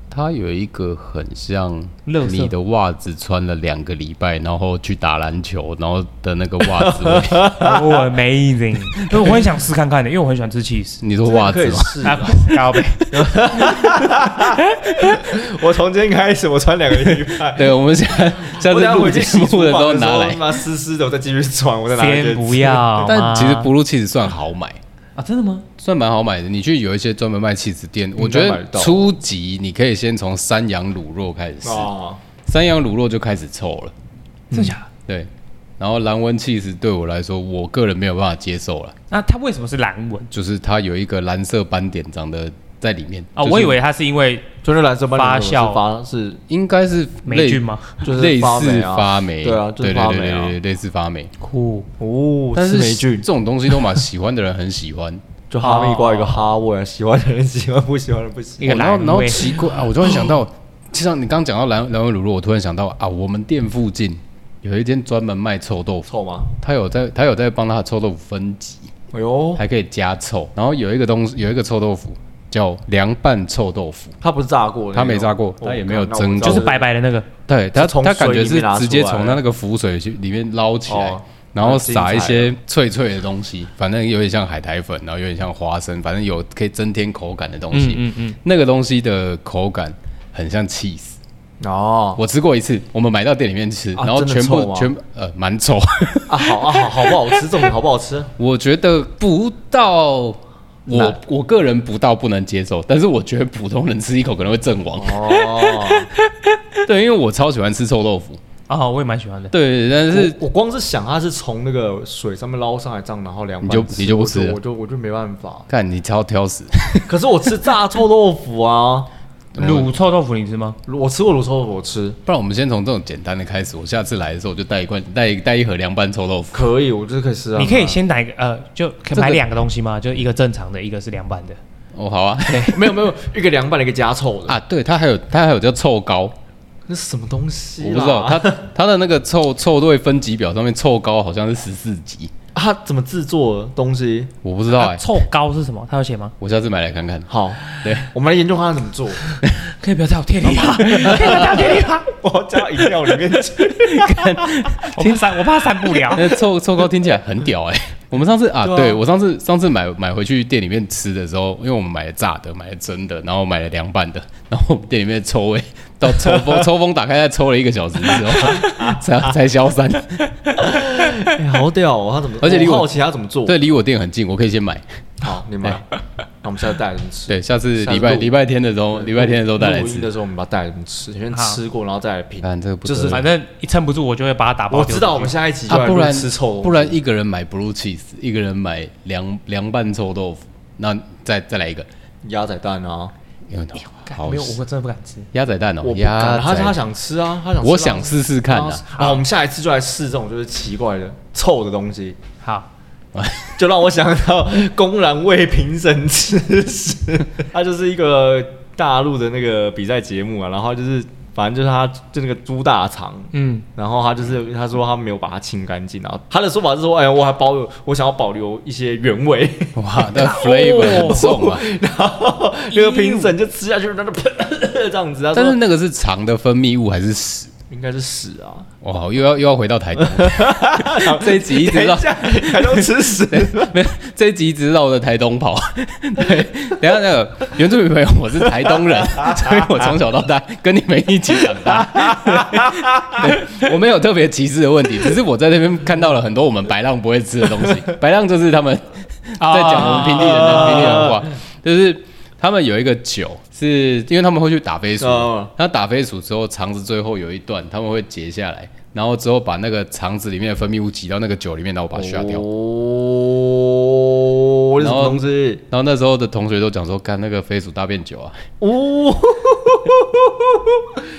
Speaker 2: 它有一个很像
Speaker 3: 垃圾
Speaker 2: 你的袜子穿了两个礼拜，然后去打篮球，然后的那个袜
Speaker 1: [laughs]
Speaker 2: 子味。
Speaker 3: 哦 amazing，因为我很想试看看的，因为我很喜欢吃 cheese。
Speaker 2: 你说
Speaker 1: 这个
Speaker 2: 袜
Speaker 1: 可
Speaker 2: 子
Speaker 1: 以
Speaker 2: 吗？
Speaker 1: 试
Speaker 3: 啊
Speaker 1: 啊。，
Speaker 3: 高呗，
Speaker 1: 我从今天开始，我穿两个礼 [laughs] 拜。
Speaker 2: 对，我们现在下
Speaker 1: 我等
Speaker 2: 次
Speaker 1: 下
Speaker 2: 录
Speaker 1: 回去
Speaker 2: 节
Speaker 1: 洗
Speaker 2: 目
Speaker 1: 厨
Speaker 2: 的时
Speaker 1: 房
Speaker 2: 候
Speaker 1: 的时
Speaker 2: 拿
Speaker 1: 候，
Speaker 2: 来
Speaker 1: 他。妈湿湿的，我再继续穿，我再拿来给
Speaker 3: [laughs] 先
Speaker 1: 你吃
Speaker 3: 不要好吗，
Speaker 2: 但其实 blue cheese 算好买，
Speaker 3: 啊，真的吗？
Speaker 2: 算蛮好买的。你去有一些专门卖 cheese 店，我觉
Speaker 1: 应该买
Speaker 2: 得
Speaker 1: 得到
Speaker 2: 初级你可以先从山羊乳酪开始试，
Speaker 1: 哦，
Speaker 2: 山羊乳酪就开始臭了。嗯
Speaker 3: 真假的？
Speaker 2: 对，然后蓝纹 cheese 对我来说，我个人没有办法接受了，
Speaker 3: 那它为什么是蓝纹
Speaker 2: 就是它有一个蓝色斑点长得在里面
Speaker 3: 啊？
Speaker 2: 就是
Speaker 3: 我以为它是因为
Speaker 1: 就是蓝色斑点
Speaker 3: 发
Speaker 1: 我是
Speaker 3: 酵
Speaker 1: 发是
Speaker 2: 应该是
Speaker 3: 霉
Speaker 2: 类
Speaker 3: 菌吗？
Speaker 1: 就是
Speaker 2: 类似
Speaker 1: 发
Speaker 2: 发
Speaker 1: 霉啊
Speaker 2: 霉，
Speaker 1: 对啊就是
Speaker 2: 对对
Speaker 1: 发
Speaker 2: 对
Speaker 1: 霉
Speaker 2: 对
Speaker 1: 啊
Speaker 2: 对，类似发霉。
Speaker 3: 酷，
Speaker 1: 哦，
Speaker 2: 但是
Speaker 1: 霉
Speaker 2: 这
Speaker 1: 菌，
Speaker 2: 种东西都嘛，喜
Speaker 3: [laughs]
Speaker 2: 欢的人很喜欢。
Speaker 1: 就哈密瓜有个哈味啊，喜欢的人喜欢，不喜欢的人不喜
Speaker 3: 一个
Speaker 2: 哦然后
Speaker 3: 蓝
Speaker 2: 然后
Speaker 3: 味
Speaker 2: 奇怪啊，我突然想到，就像你刚刚讲到蓝蓝纹乳酪，我突然想到啊，我们店附近有一间专门卖臭豆
Speaker 1: 欢。
Speaker 2: 腐，
Speaker 1: 臭吗？
Speaker 2: 他有在他有在帮他的臭豆腐分级，
Speaker 1: 哎呦，
Speaker 2: 还可以加臭。然后有一个东西，有一个臭豆腐叫凉拌臭豆腐。
Speaker 1: 它不是炸过的那种，
Speaker 2: 它没炸过
Speaker 1: 哦
Speaker 2: 它也没有
Speaker 1: 看那我
Speaker 2: 蒸
Speaker 1: 知道
Speaker 3: 就是
Speaker 1: 了
Speaker 3: 白白的那个，
Speaker 2: 对它，
Speaker 1: 是从
Speaker 2: 它感
Speaker 1: 水
Speaker 2: 觉
Speaker 1: 里
Speaker 2: 是
Speaker 1: 面拿
Speaker 2: 直接
Speaker 1: 出来
Speaker 2: 从它那个浮水去里面捞起来，
Speaker 1: 哦
Speaker 2: 然后
Speaker 1: 很精
Speaker 2: 撒一
Speaker 1: 彩
Speaker 2: 些脆脆的东西，反正有点像海苔粉，然后有点像花生，反正有可以增添口感的东西。
Speaker 3: 嗯嗯，
Speaker 2: 那个东西的口感很像 cheese，
Speaker 1: 哦
Speaker 2: 我吃过一次，我们买到店里面吃，
Speaker 1: 啊
Speaker 2: 然后
Speaker 1: 真的
Speaker 2: 全
Speaker 1: 臭
Speaker 2: 部
Speaker 1: 吗
Speaker 2: 全呃蛮臭， [laughs]
Speaker 1: 啊好啊好好不好吃？这种好不好吃？
Speaker 2: 我觉得不到。
Speaker 1: 那
Speaker 2: 我我个人不到不能接受，但是我觉得普通人吃一口可能会阵亡。
Speaker 1: 哦，
Speaker 2: [laughs] 对，因为我超喜欢吃臭豆腐。
Speaker 3: 哦，我也蛮喜欢的。
Speaker 2: 对，但是
Speaker 1: 我我光是想它是从那个水上面捞上来这样，然后凉拌
Speaker 2: 你就
Speaker 1: 吃
Speaker 2: 你就不吃
Speaker 1: 我
Speaker 2: 了。
Speaker 1: 我就我就没办法 [laughs]
Speaker 2: 看你超挑食，
Speaker 1: 可是我吃炸臭豆腐啊，
Speaker 3: 卤臭豆腐你吃吗？
Speaker 1: 我吃过卤臭豆腐，我吃
Speaker 2: [laughs] 不然我们先从这种简单的开始。我下次来的时候，我就带一罐、带带一盒凉拌臭豆腐。
Speaker 1: 可以，我就是可以吃啊。
Speaker 3: 你可以先拿一个呃，就可
Speaker 2: 这
Speaker 3: 以
Speaker 2: 个
Speaker 3: 买两个东西吗？就一个正常的，一个是凉拌的。
Speaker 2: 哦，
Speaker 1: [laughs]
Speaker 2: 好啊，
Speaker 1: [laughs] 没有没有一个凉拌的，一个加臭的，
Speaker 2: 啊，对，它还有它还有叫臭膏，
Speaker 1: 那是什么东西啊啦？
Speaker 2: 我不知道它它的那个臭臭味分级表上面臭膏好像是十四级，
Speaker 1: 它怎么制作的东西？
Speaker 2: 我不知道
Speaker 3: 啊
Speaker 2: 哎、
Speaker 3: 臭膏是什么？他有写吗？
Speaker 2: 我下次买来看看。
Speaker 1: 好，
Speaker 2: 对，
Speaker 1: 我们来研究看它怎么做。
Speaker 3: 可以不要在我店
Speaker 1: [laughs]
Speaker 3: 里吗？可以不要在我店里吗？
Speaker 1: 我要加饮料里面去。
Speaker 3: 我怕散，我怕散不 [laughs] 了。
Speaker 2: 那臭臭膏听起来很屌哎、我们上次啊，
Speaker 1: 对啊
Speaker 2: 对我上次上次买买回去店里面吃的时候，因为我们买了炸的，买了蒸的，然后买了凉拌的，然后我们店里面的臭味到抽
Speaker 1: [laughs]
Speaker 2: 风抽风打开，再抽了一个小时之后才才消散。
Speaker 1: 哎好屌哦！它怎么？
Speaker 2: 而且离我
Speaker 1: 好奇它怎么做。
Speaker 2: 对，离我店很近，我可以先买。
Speaker 1: 好，你买。 [laughs] 那我们现在带着吃。
Speaker 2: 对，下次
Speaker 1: 下次
Speaker 2: 礼拜
Speaker 1: 录
Speaker 2: 礼拜天的时候，礼拜天的时候带来
Speaker 1: 录音
Speaker 2: 吃啊
Speaker 1: 的。时候，我们把它带着吃，先
Speaker 3: 好
Speaker 1: 吃过，然后再来品。
Speaker 2: 看这个不
Speaker 1: 就
Speaker 2: 得
Speaker 1: 是
Speaker 2: 了
Speaker 3: 反正一撑不住，我就会把它打包。
Speaker 1: 我知道，我们下一集就
Speaker 2: 啊，
Speaker 1: 来
Speaker 2: 不
Speaker 1: 录
Speaker 2: 然
Speaker 1: 吃臭。
Speaker 2: 不然一个人买 blue cheese，一个人买凉凉拌臭豆腐，那再再来一个
Speaker 1: 鸭仔蛋啊，
Speaker 2: 因为好
Speaker 3: 没有，我真的不敢吃。
Speaker 2: 鸭仔蛋哦
Speaker 1: 我，不
Speaker 2: 鸭
Speaker 1: 敢。他他
Speaker 2: 仔，
Speaker 1: 想吃啊，他想吃。
Speaker 2: 我想试试看
Speaker 1: 啊
Speaker 2: 啊。
Speaker 1: 啊，我们下一次就来试这种就是奇怪的臭的东西，
Speaker 3: 好，
Speaker 1: 就让我想到公然为评审吃屎，它就是一个大陆的那个比赛节目啊，然后就是反正就是他就那个猪大肠，
Speaker 3: 嗯，
Speaker 1: 然后他就是他说他没有把它清干净，然后他的说法是说，哎呀，我还保有我想要保留一些原味，
Speaker 2: [laughs]
Speaker 1: [laughs]
Speaker 2: 哇，那
Speaker 1: 哦
Speaker 2: flavor 很重啊。
Speaker 1: 然后那个评审就吃下去，那就 [laughs] 喷这样子，他
Speaker 2: 但是
Speaker 1: 说
Speaker 2: 那个是肠的分泌物还是屎？
Speaker 1: 应该是屎啊，
Speaker 2: 哇，又要又要回到台东，
Speaker 1: [laughs]
Speaker 2: 这一集一直
Speaker 1: 等一
Speaker 2: 绕，
Speaker 1: 下还都吃屎，
Speaker 2: 没有这一集一直绕着台东跑。 [laughs] 对，等一下那个原住民朋友，我是台东人，所以我从小到大跟你们一起长大。对，我没有特别歧视的问题，只是我在那边看到了很多我们白浪不会吃的东西。白浪就是他们在讲我们平地人的平地人的话，就是。他们有一个酒，是因为他们会去打飞鼠
Speaker 1: 哦，
Speaker 2: 那打飞鼠之后，肠子最后有一段他们会截下来，然后之后把那个肠子里面的分泌物挤到那个酒里面，然后把它下掉。
Speaker 1: 哦，这是什么东西？
Speaker 2: 然后那时候的同学都讲说，干那个飞鼠大便酒啊，
Speaker 1: 哦， [laughs]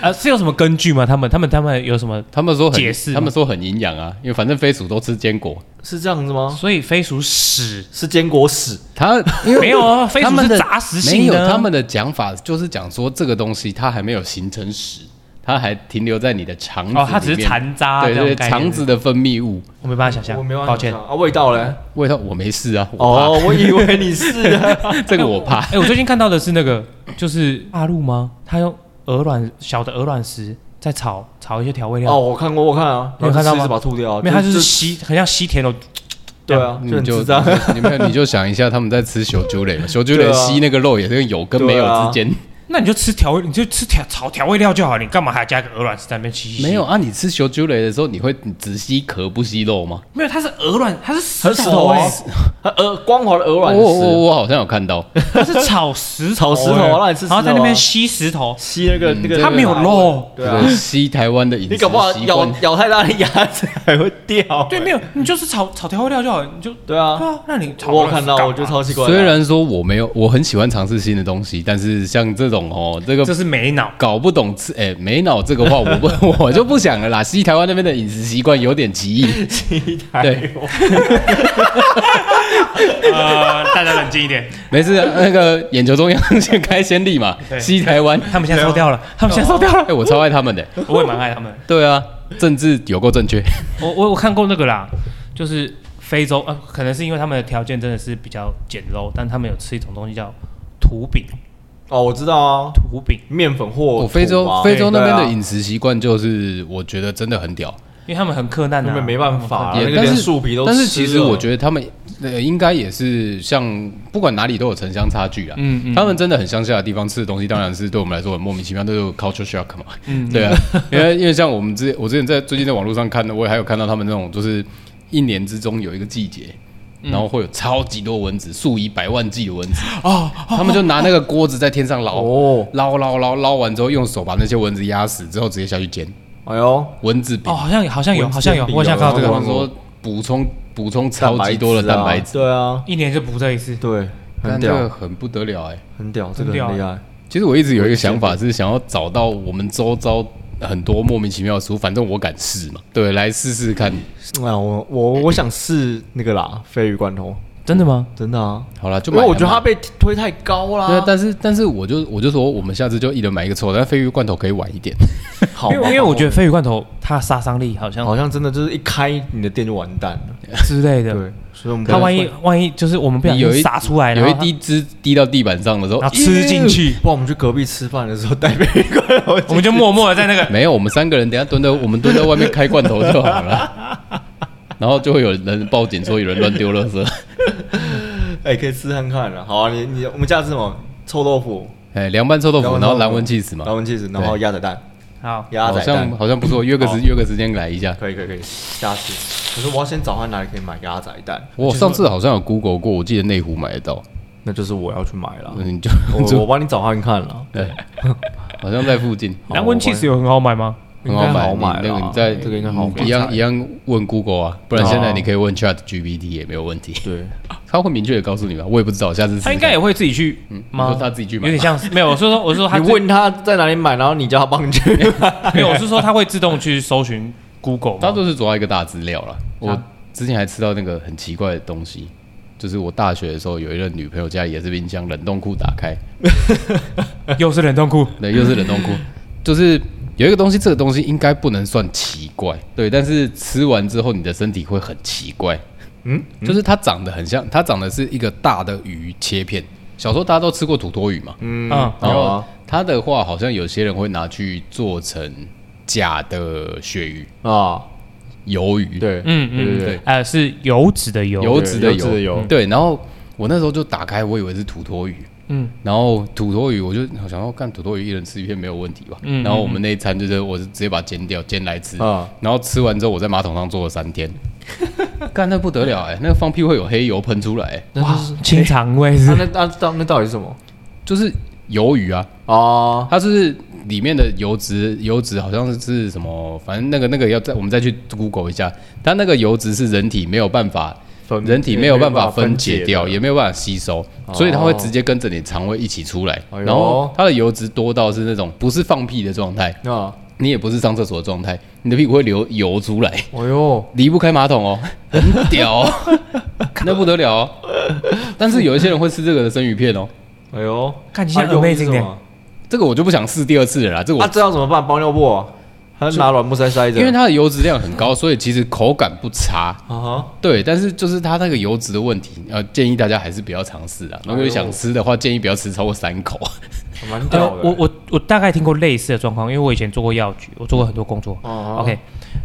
Speaker 3: 啊，是有什么根据吗？他们他们他们有什么？
Speaker 2: 他们说很
Speaker 3: 解释吗
Speaker 2: 他们说很营养啊，因为反正飞鼠都吃坚果。
Speaker 1: 是这样子吗？
Speaker 3: 所以飞鼠屎
Speaker 1: 是坚果屎
Speaker 3: [laughs]
Speaker 2: 它因为
Speaker 3: 没有啊，飞
Speaker 2: 他
Speaker 3: 鼠
Speaker 2: 们
Speaker 3: 是
Speaker 2: 的
Speaker 3: 杂食
Speaker 2: 没
Speaker 3: 性
Speaker 2: 有
Speaker 3: 的啊，
Speaker 2: 他们的讲法就是讲说这个东西它还没有形成屎，它还停留在你的肠子里面。
Speaker 3: 哦，它只是残渣，
Speaker 2: 对
Speaker 3: 这
Speaker 2: 对
Speaker 3: 种
Speaker 2: 对，
Speaker 3: 概念
Speaker 2: 肠子，的分泌物。
Speaker 3: 我没办法想象，
Speaker 1: 我没有，
Speaker 3: 抱歉。
Speaker 1: 啊，味道嘞？
Speaker 2: 味道我没事啊，我
Speaker 1: 哦，我以为你是啊
Speaker 2: [laughs] 怕这个我怕。
Speaker 3: [laughs] 哎、我最近看到的是那个，就是大陆吗？他用鹅卵小的鹅卵石在炒炒一些调味料，
Speaker 1: 哦，我看过，我看啊，
Speaker 3: 你有看到吗
Speaker 1: 然后就吃一直把它吐掉啊，
Speaker 3: 因为它
Speaker 1: 就
Speaker 3: 就是吸，很像吸甜的。
Speaker 1: 对啊，
Speaker 2: 你
Speaker 1: 就很
Speaker 2: 就
Speaker 1: 智
Speaker 2: [laughs]
Speaker 1: 障。
Speaker 2: 你们你就想一下，他们在吃小酒
Speaker 3: [laughs]
Speaker 2: 蕾嘛，小酒蕾
Speaker 1: 对啊
Speaker 2: 吸那个肉也是有跟没有之间，
Speaker 3: 那你就吃调味，你就吃调炒调味料就好，你干嘛还加个鹅卵石在那边吸吸？
Speaker 2: [laughs] 没有，啊？你吃小酒蕾的时候，你会只吸壳不吸肉吗？
Speaker 3: 没有，它是鹅卵，它是
Speaker 1: 很
Speaker 3: 石
Speaker 1: 石
Speaker 3: 头
Speaker 1: 头
Speaker 3: 哎、
Speaker 1: 啊， [laughs] 它鹅光滑的鹅
Speaker 3: 哦
Speaker 2: 我
Speaker 1: 卵
Speaker 2: 我
Speaker 1: 石，
Speaker 2: 我好像有看到，
Speaker 3: 它是炒石
Speaker 1: 炒
Speaker 3: 头、
Speaker 1: 石头啊让
Speaker 3: 哎
Speaker 1: 你吃石头啊
Speaker 3: 然后在那边吸石头，
Speaker 1: 吸那个
Speaker 2: 嗯
Speaker 1: 那个，
Speaker 2: 它没
Speaker 3: 有肉
Speaker 1: 对啊
Speaker 2: 这个，吸台湾的饮
Speaker 1: 你
Speaker 2: 食
Speaker 1: 搞不好
Speaker 2: 习
Speaker 1: 咬
Speaker 2: 惯。
Speaker 1: 咬太大的牙齿还会掉。欸
Speaker 3: 对，没有，你就是炒炒调味料就好，你就对
Speaker 1: 对啊，
Speaker 3: 啊，那你炒
Speaker 1: 我有
Speaker 3: 鹅卵
Speaker 1: 看
Speaker 3: 石
Speaker 1: 到，
Speaker 3: 干
Speaker 1: 我觉得
Speaker 3: 嘛
Speaker 1: 超奇怪的。 [laughs]
Speaker 2: 虽然说我没有，我很喜欢尝试新的东西，但是像这种哦，这个
Speaker 3: 这是没脑，
Speaker 2: 搞不懂吃，哎、没脑这个话，我
Speaker 1: [laughs]
Speaker 2: 不我就不想了啦。西台湾那边的饮食习惯有点奇异，
Speaker 1: 期待
Speaker 2: 对
Speaker 1: 我
Speaker 3: [laughs] 呃，大家冷静一 [laughs] 点，
Speaker 2: 没事，那个眼球中央先开先例嘛，
Speaker 3: 对
Speaker 2: 西台
Speaker 1: [laughs]
Speaker 2: 湾，
Speaker 3: 他们现在收掉了，他们现在收掉
Speaker 2: 哎、
Speaker 3: 了，
Speaker 2: 我超爱他们的、
Speaker 3: 哦我也蛮爱他们的。
Speaker 2: 对啊，政治有够正确，
Speaker 3: [laughs] 我我我看过那个啦，就是非洲，呃，可能是因为他们的条件真的是比较简陋，但他们有吃一种东西叫土饼，
Speaker 1: 哦，我知道啊，
Speaker 3: 土饼，
Speaker 1: 面粉或
Speaker 2: 我哦非洲
Speaker 1: 土啊
Speaker 2: 非洲那边
Speaker 1: 对
Speaker 2: 的
Speaker 1: 啊
Speaker 2: 饮食习惯就是，我觉得真的很屌。
Speaker 3: 因为他们很克难
Speaker 1: 他
Speaker 3: 啊，
Speaker 1: 们没办法啊，
Speaker 2: 也
Speaker 1: 那个
Speaker 2: 但
Speaker 1: 连
Speaker 2: 是
Speaker 1: 树皮都
Speaker 2: 但是
Speaker 1: 吃
Speaker 2: 其实
Speaker 1: 了
Speaker 2: 我觉得他们呃应该也是像不管哪里都有城乡差距啊。
Speaker 3: 嗯嗯
Speaker 2: 他们真的很乡下的地方吃的东西，当然是对我们来说很莫名其妙，都是 culture shock 嘛。嗯，对啊，因为因为像我们之我之前在最近在网络上看的，我也还有看到他们那种就是一年之中有一个季节。然后会有超级多蚊子，数以百万计的蚊子哦，他们就拿那个锅子在天上捞，
Speaker 1: 哦
Speaker 2: [laughs] 捞捞捞捞完之后，用手把那些蚊子压死，之后直接下去煎
Speaker 1: 哎呦，
Speaker 2: 蚊子饼
Speaker 3: 哦，。好像好像有，
Speaker 1: 文字
Speaker 3: 好像有，
Speaker 1: 饼
Speaker 3: 我好像看到这
Speaker 1: 有
Speaker 2: 他们
Speaker 1: 啊
Speaker 3: 个，
Speaker 2: 说补充补充超级多的蛋白质，
Speaker 1: 对啊，
Speaker 3: 一年就补这一次，
Speaker 1: 对，很
Speaker 2: 但这个
Speaker 1: 屌，
Speaker 2: 很不得了哎、
Speaker 1: 很屌，这
Speaker 3: 很
Speaker 1: 个
Speaker 3: 屌
Speaker 1: 很厉
Speaker 3: 啊
Speaker 1: 害。
Speaker 2: 其实我一直有一个想法是想要找到我们周遭很多莫名其妙的食物，反正我敢试嘛，对，来试试看。
Speaker 1: 哎呀，我我我想试那个啦，鲱鱼罐头，
Speaker 3: 真的吗？
Speaker 1: 真的啊，
Speaker 2: 好了，就
Speaker 1: 因
Speaker 2: 买
Speaker 1: 为
Speaker 2: 了
Speaker 1: 我
Speaker 2: 嘛。
Speaker 1: 觉得它被推太高
Speaker 2: 对啊
Speaker 1: 啦，，
Speaker 2: 但是但是我就我就说我们下次就一人买一个臭的，但鲱鱼罐头可以晚一点。
Speaker 1: 好哦
Speaker 3: 因为
Speaker 1: 嘛，
Speaker 3: 因为我觉得鲱鱼罐头它的杀伤力好像
Speaker 1: 好像真的就是一开你的店就完蛋了。
Speaker 3: 之类
Speaker 2: 啊
Speaker 3: 的，
Speaker 1: 对，所以我们
Speaker 3: 它万一
Speaker 1: 不
Speaker 3: 万一就是我们不小
Speaker 2: 你有一
Speaker 3: 心撒出来，
Speaker 2: 有一
Speaker 3: 哎然后它
Speaker 2: 滴汁滴到地板上的时候
Speaker 3: 然，后吃进去，
Speaker 1: 然我们去隔壁吃饭的时候带鲱鱼罐头进去，
Speaker 2: 哦
Speaker 3: 我们就默默的在
Speaker 2: [laughs]
Speaker 3: 那个
Speaker 2: 没有，我们三个人等一下蹲在我们蹲在外面开罐头就好了，然后就会有人报警说有人乱丢垃圾。
Speaker 1: 哎可以吃看看了。好啊，你你我们下次什么臭豆腐，
Speaker 2: 哎，凉拌臭豆
Speaker 1: 然
Speaker 2: 腐，
Speaker 1: 后
Speaker 2: 然后蓝纹气死嘛
Speaker 1: 然，后 cheese，然后
Speaker 2: 嗯对
Speaker 1: 鸭仔蛋，
Speaker 3: 好，
Speaker 1: 鸭
Speaker 2: 好
Speaker 1: 仔蛋
Speaker 2: 像好像不错，约个时约个时间来一下。
Speaker 1: 可以可以可以，下次。可是我要先找看哪里可以买鸭仔蛋，
Speaker 2: 我上次好像有 Google 过，我记得内湖买得到，
Speaker 1: 那就是我要去买了。
Speaker 2: 嗯，你就
Speaker 1: 我
Speaker 2: [laughs] 就
Speaker 1: 啊哦我 [laughs] 帮你找看看了，
Speaker 2: 对，好像在附近，
Speaker 3: 蓝纹气
Speaker 1: 我
Speaker 3: 是有很好买吗？
Speaker 1: 应
Speaker 2: 很
Speaker 1: 该
Speaker 2: 买。
Speaker 1: 好买
Speaker 2: 你那个
Speaker 1: 啦
Speaker 2: 你在
Speaker 1: 这个应该好买
Speaker 2: 嗯一样一样问 Google 啊，不然现在你可以问 Chat GPT 也没有问题，
Speaker 1: [laughs] 对，
Speaker 2: 他会明确的告诉你吧？我也不知道，下次试试
Speaker 3: 他
Speaker 2: 看
Speaker 3: 应该也会自己去
Speaker 2: 嗯你
Speaker 3: 吗？
Speaker 2: 说他自己去买
Speaker 3: 有点像是没有，我是说我是说
Speaker 1: [laughs]
Speaker 3: 他
Speaker 1: 你
Speaker 3: 自
Speaker 1: 问他在哪里买，然后你叫他帮你 [laughs] 去
Speaker 3: 没有，我是说它会自动去搜寻 Google 吗
Speaker 2: 他就是主要一个大资料了。我
Speaker 1: 啊
Speaker 2: 之前还吃到那个很奇怪的东西，就是我大学的时候有一任女朋友家里也是冰箱冷冻库打开，
Speaker 3: 又是冷冻库，
Speaker 2: 对，又是冷
Speaker 3: [laughs]
Speaker 2: 冻库，就是有一个东西，这个东西应该不能算奇怪，对，但是吃完之后你的身体会很奇怪，嗯
Speaker 1: 嗯，
Speaker 2: 就是它长得很像，它长得是一个大的鱼切片，小时候大家都吃过土托鱼嘛，
Speaker 1: 嗯
Speaker 3: 嗯
Speaker 2: 然
Speaker 1: 有
Speaker 2: 后
Speaker 1: 啊
Speaker 2: 它的话好像有些人会拿去做成假的鳕鱼、
Speaker 1: 啊，
Speaker 2: 鱿鱼，
Speaker 1: 对，
Speaker 3: 嗯
Speaker 1: 对
Speaker 3: 嗯，
Speaker 1: 对
Speaker 2: 对
Speaker 3: 呃，是油脂的油，
Speaker 2: 油脂的
Speaker 1: 对油脂的油
Speaker 2: 对，然后我那时候就打开，我以为是土托鱼，
Speaker 3: 嗯，
Speaker 2: 然后土托鱼，我就想要干土托鱼，一人吃一片没有问题吧。
Speaker 3: 嗯哦
Speaker 2: 然后我们那一餐就是，我是直接把它煎掉，煎来
Speaker 1: [laughs]
Speaker 2: 吃。
Speaker 1: 啊
Speaker 2: 然后吃完之后，我在马桶上坐了三天，干那不得了哎、那个放屁会有黑油喷出来、欸，
Speaker 1: 那
Speaker 3: 哇
Speaker 1: 就是，
Speaker 3: 清肠胃是
Speaker 1: 那那那到那到底是什么
Speaker 2: 就是鱿鱼啊，
Speaker 1: 啊？
Speaker 2: 它就是里面的油脂，油脂好像是是什么，反正那个那个要再我们再去 Google 一下，它那个油脂是人体没有办法
Speaker 1: 分
Speaker 2: 人体没有办法分解掉，
Speaker 1: 的
Speaker 2: 也没有办法吸收，所以它会直接跟着你肠胃一起出来。
Speaker 1: 哎呦
Speaker 2: 然后它的油脂多到是那种不是放屁的状态，
Speaker 1: 啊，
Speaker 2: 你也不是上厕所的状态，你的屁股会流油出来，
Speaker 1: 哎呦，
Speaker 2: 离不开马桶哦，很屌、哦，那不得了哦。但是有一些人会吃这个的生鱼片哦，
Speaker 1: 哎呦，
Speaker 3: 看起来
Speaker 1: 啊用力是
Speaker 3: amazing 欸呢
Speaker 1: 什么
Speaker 2: 这个我就不想试第二次了啦，这个我
Speaker 1: 啊，这要怎么办？包尿布哦，还是拿软木塞塞着？
Speaker 2: 因为它的油脂量很高，所以其实口感不差。
Speaker 1: 啊哈，
Speaker 2: 对，但是就是它那个油脂的问题，呃，建议大家还是不要尝试啊。如果有想吃的话，建议不要吃超过三口。
Speaker 1: 蛮
Speaker 3: 呃
Speaker 1: 屌的。
Speaker 3: 我我我大概听过类似的状况，因为我以前做过药局，我做过很多工作。
Speaker 1: 哦
Speaker 3: OK，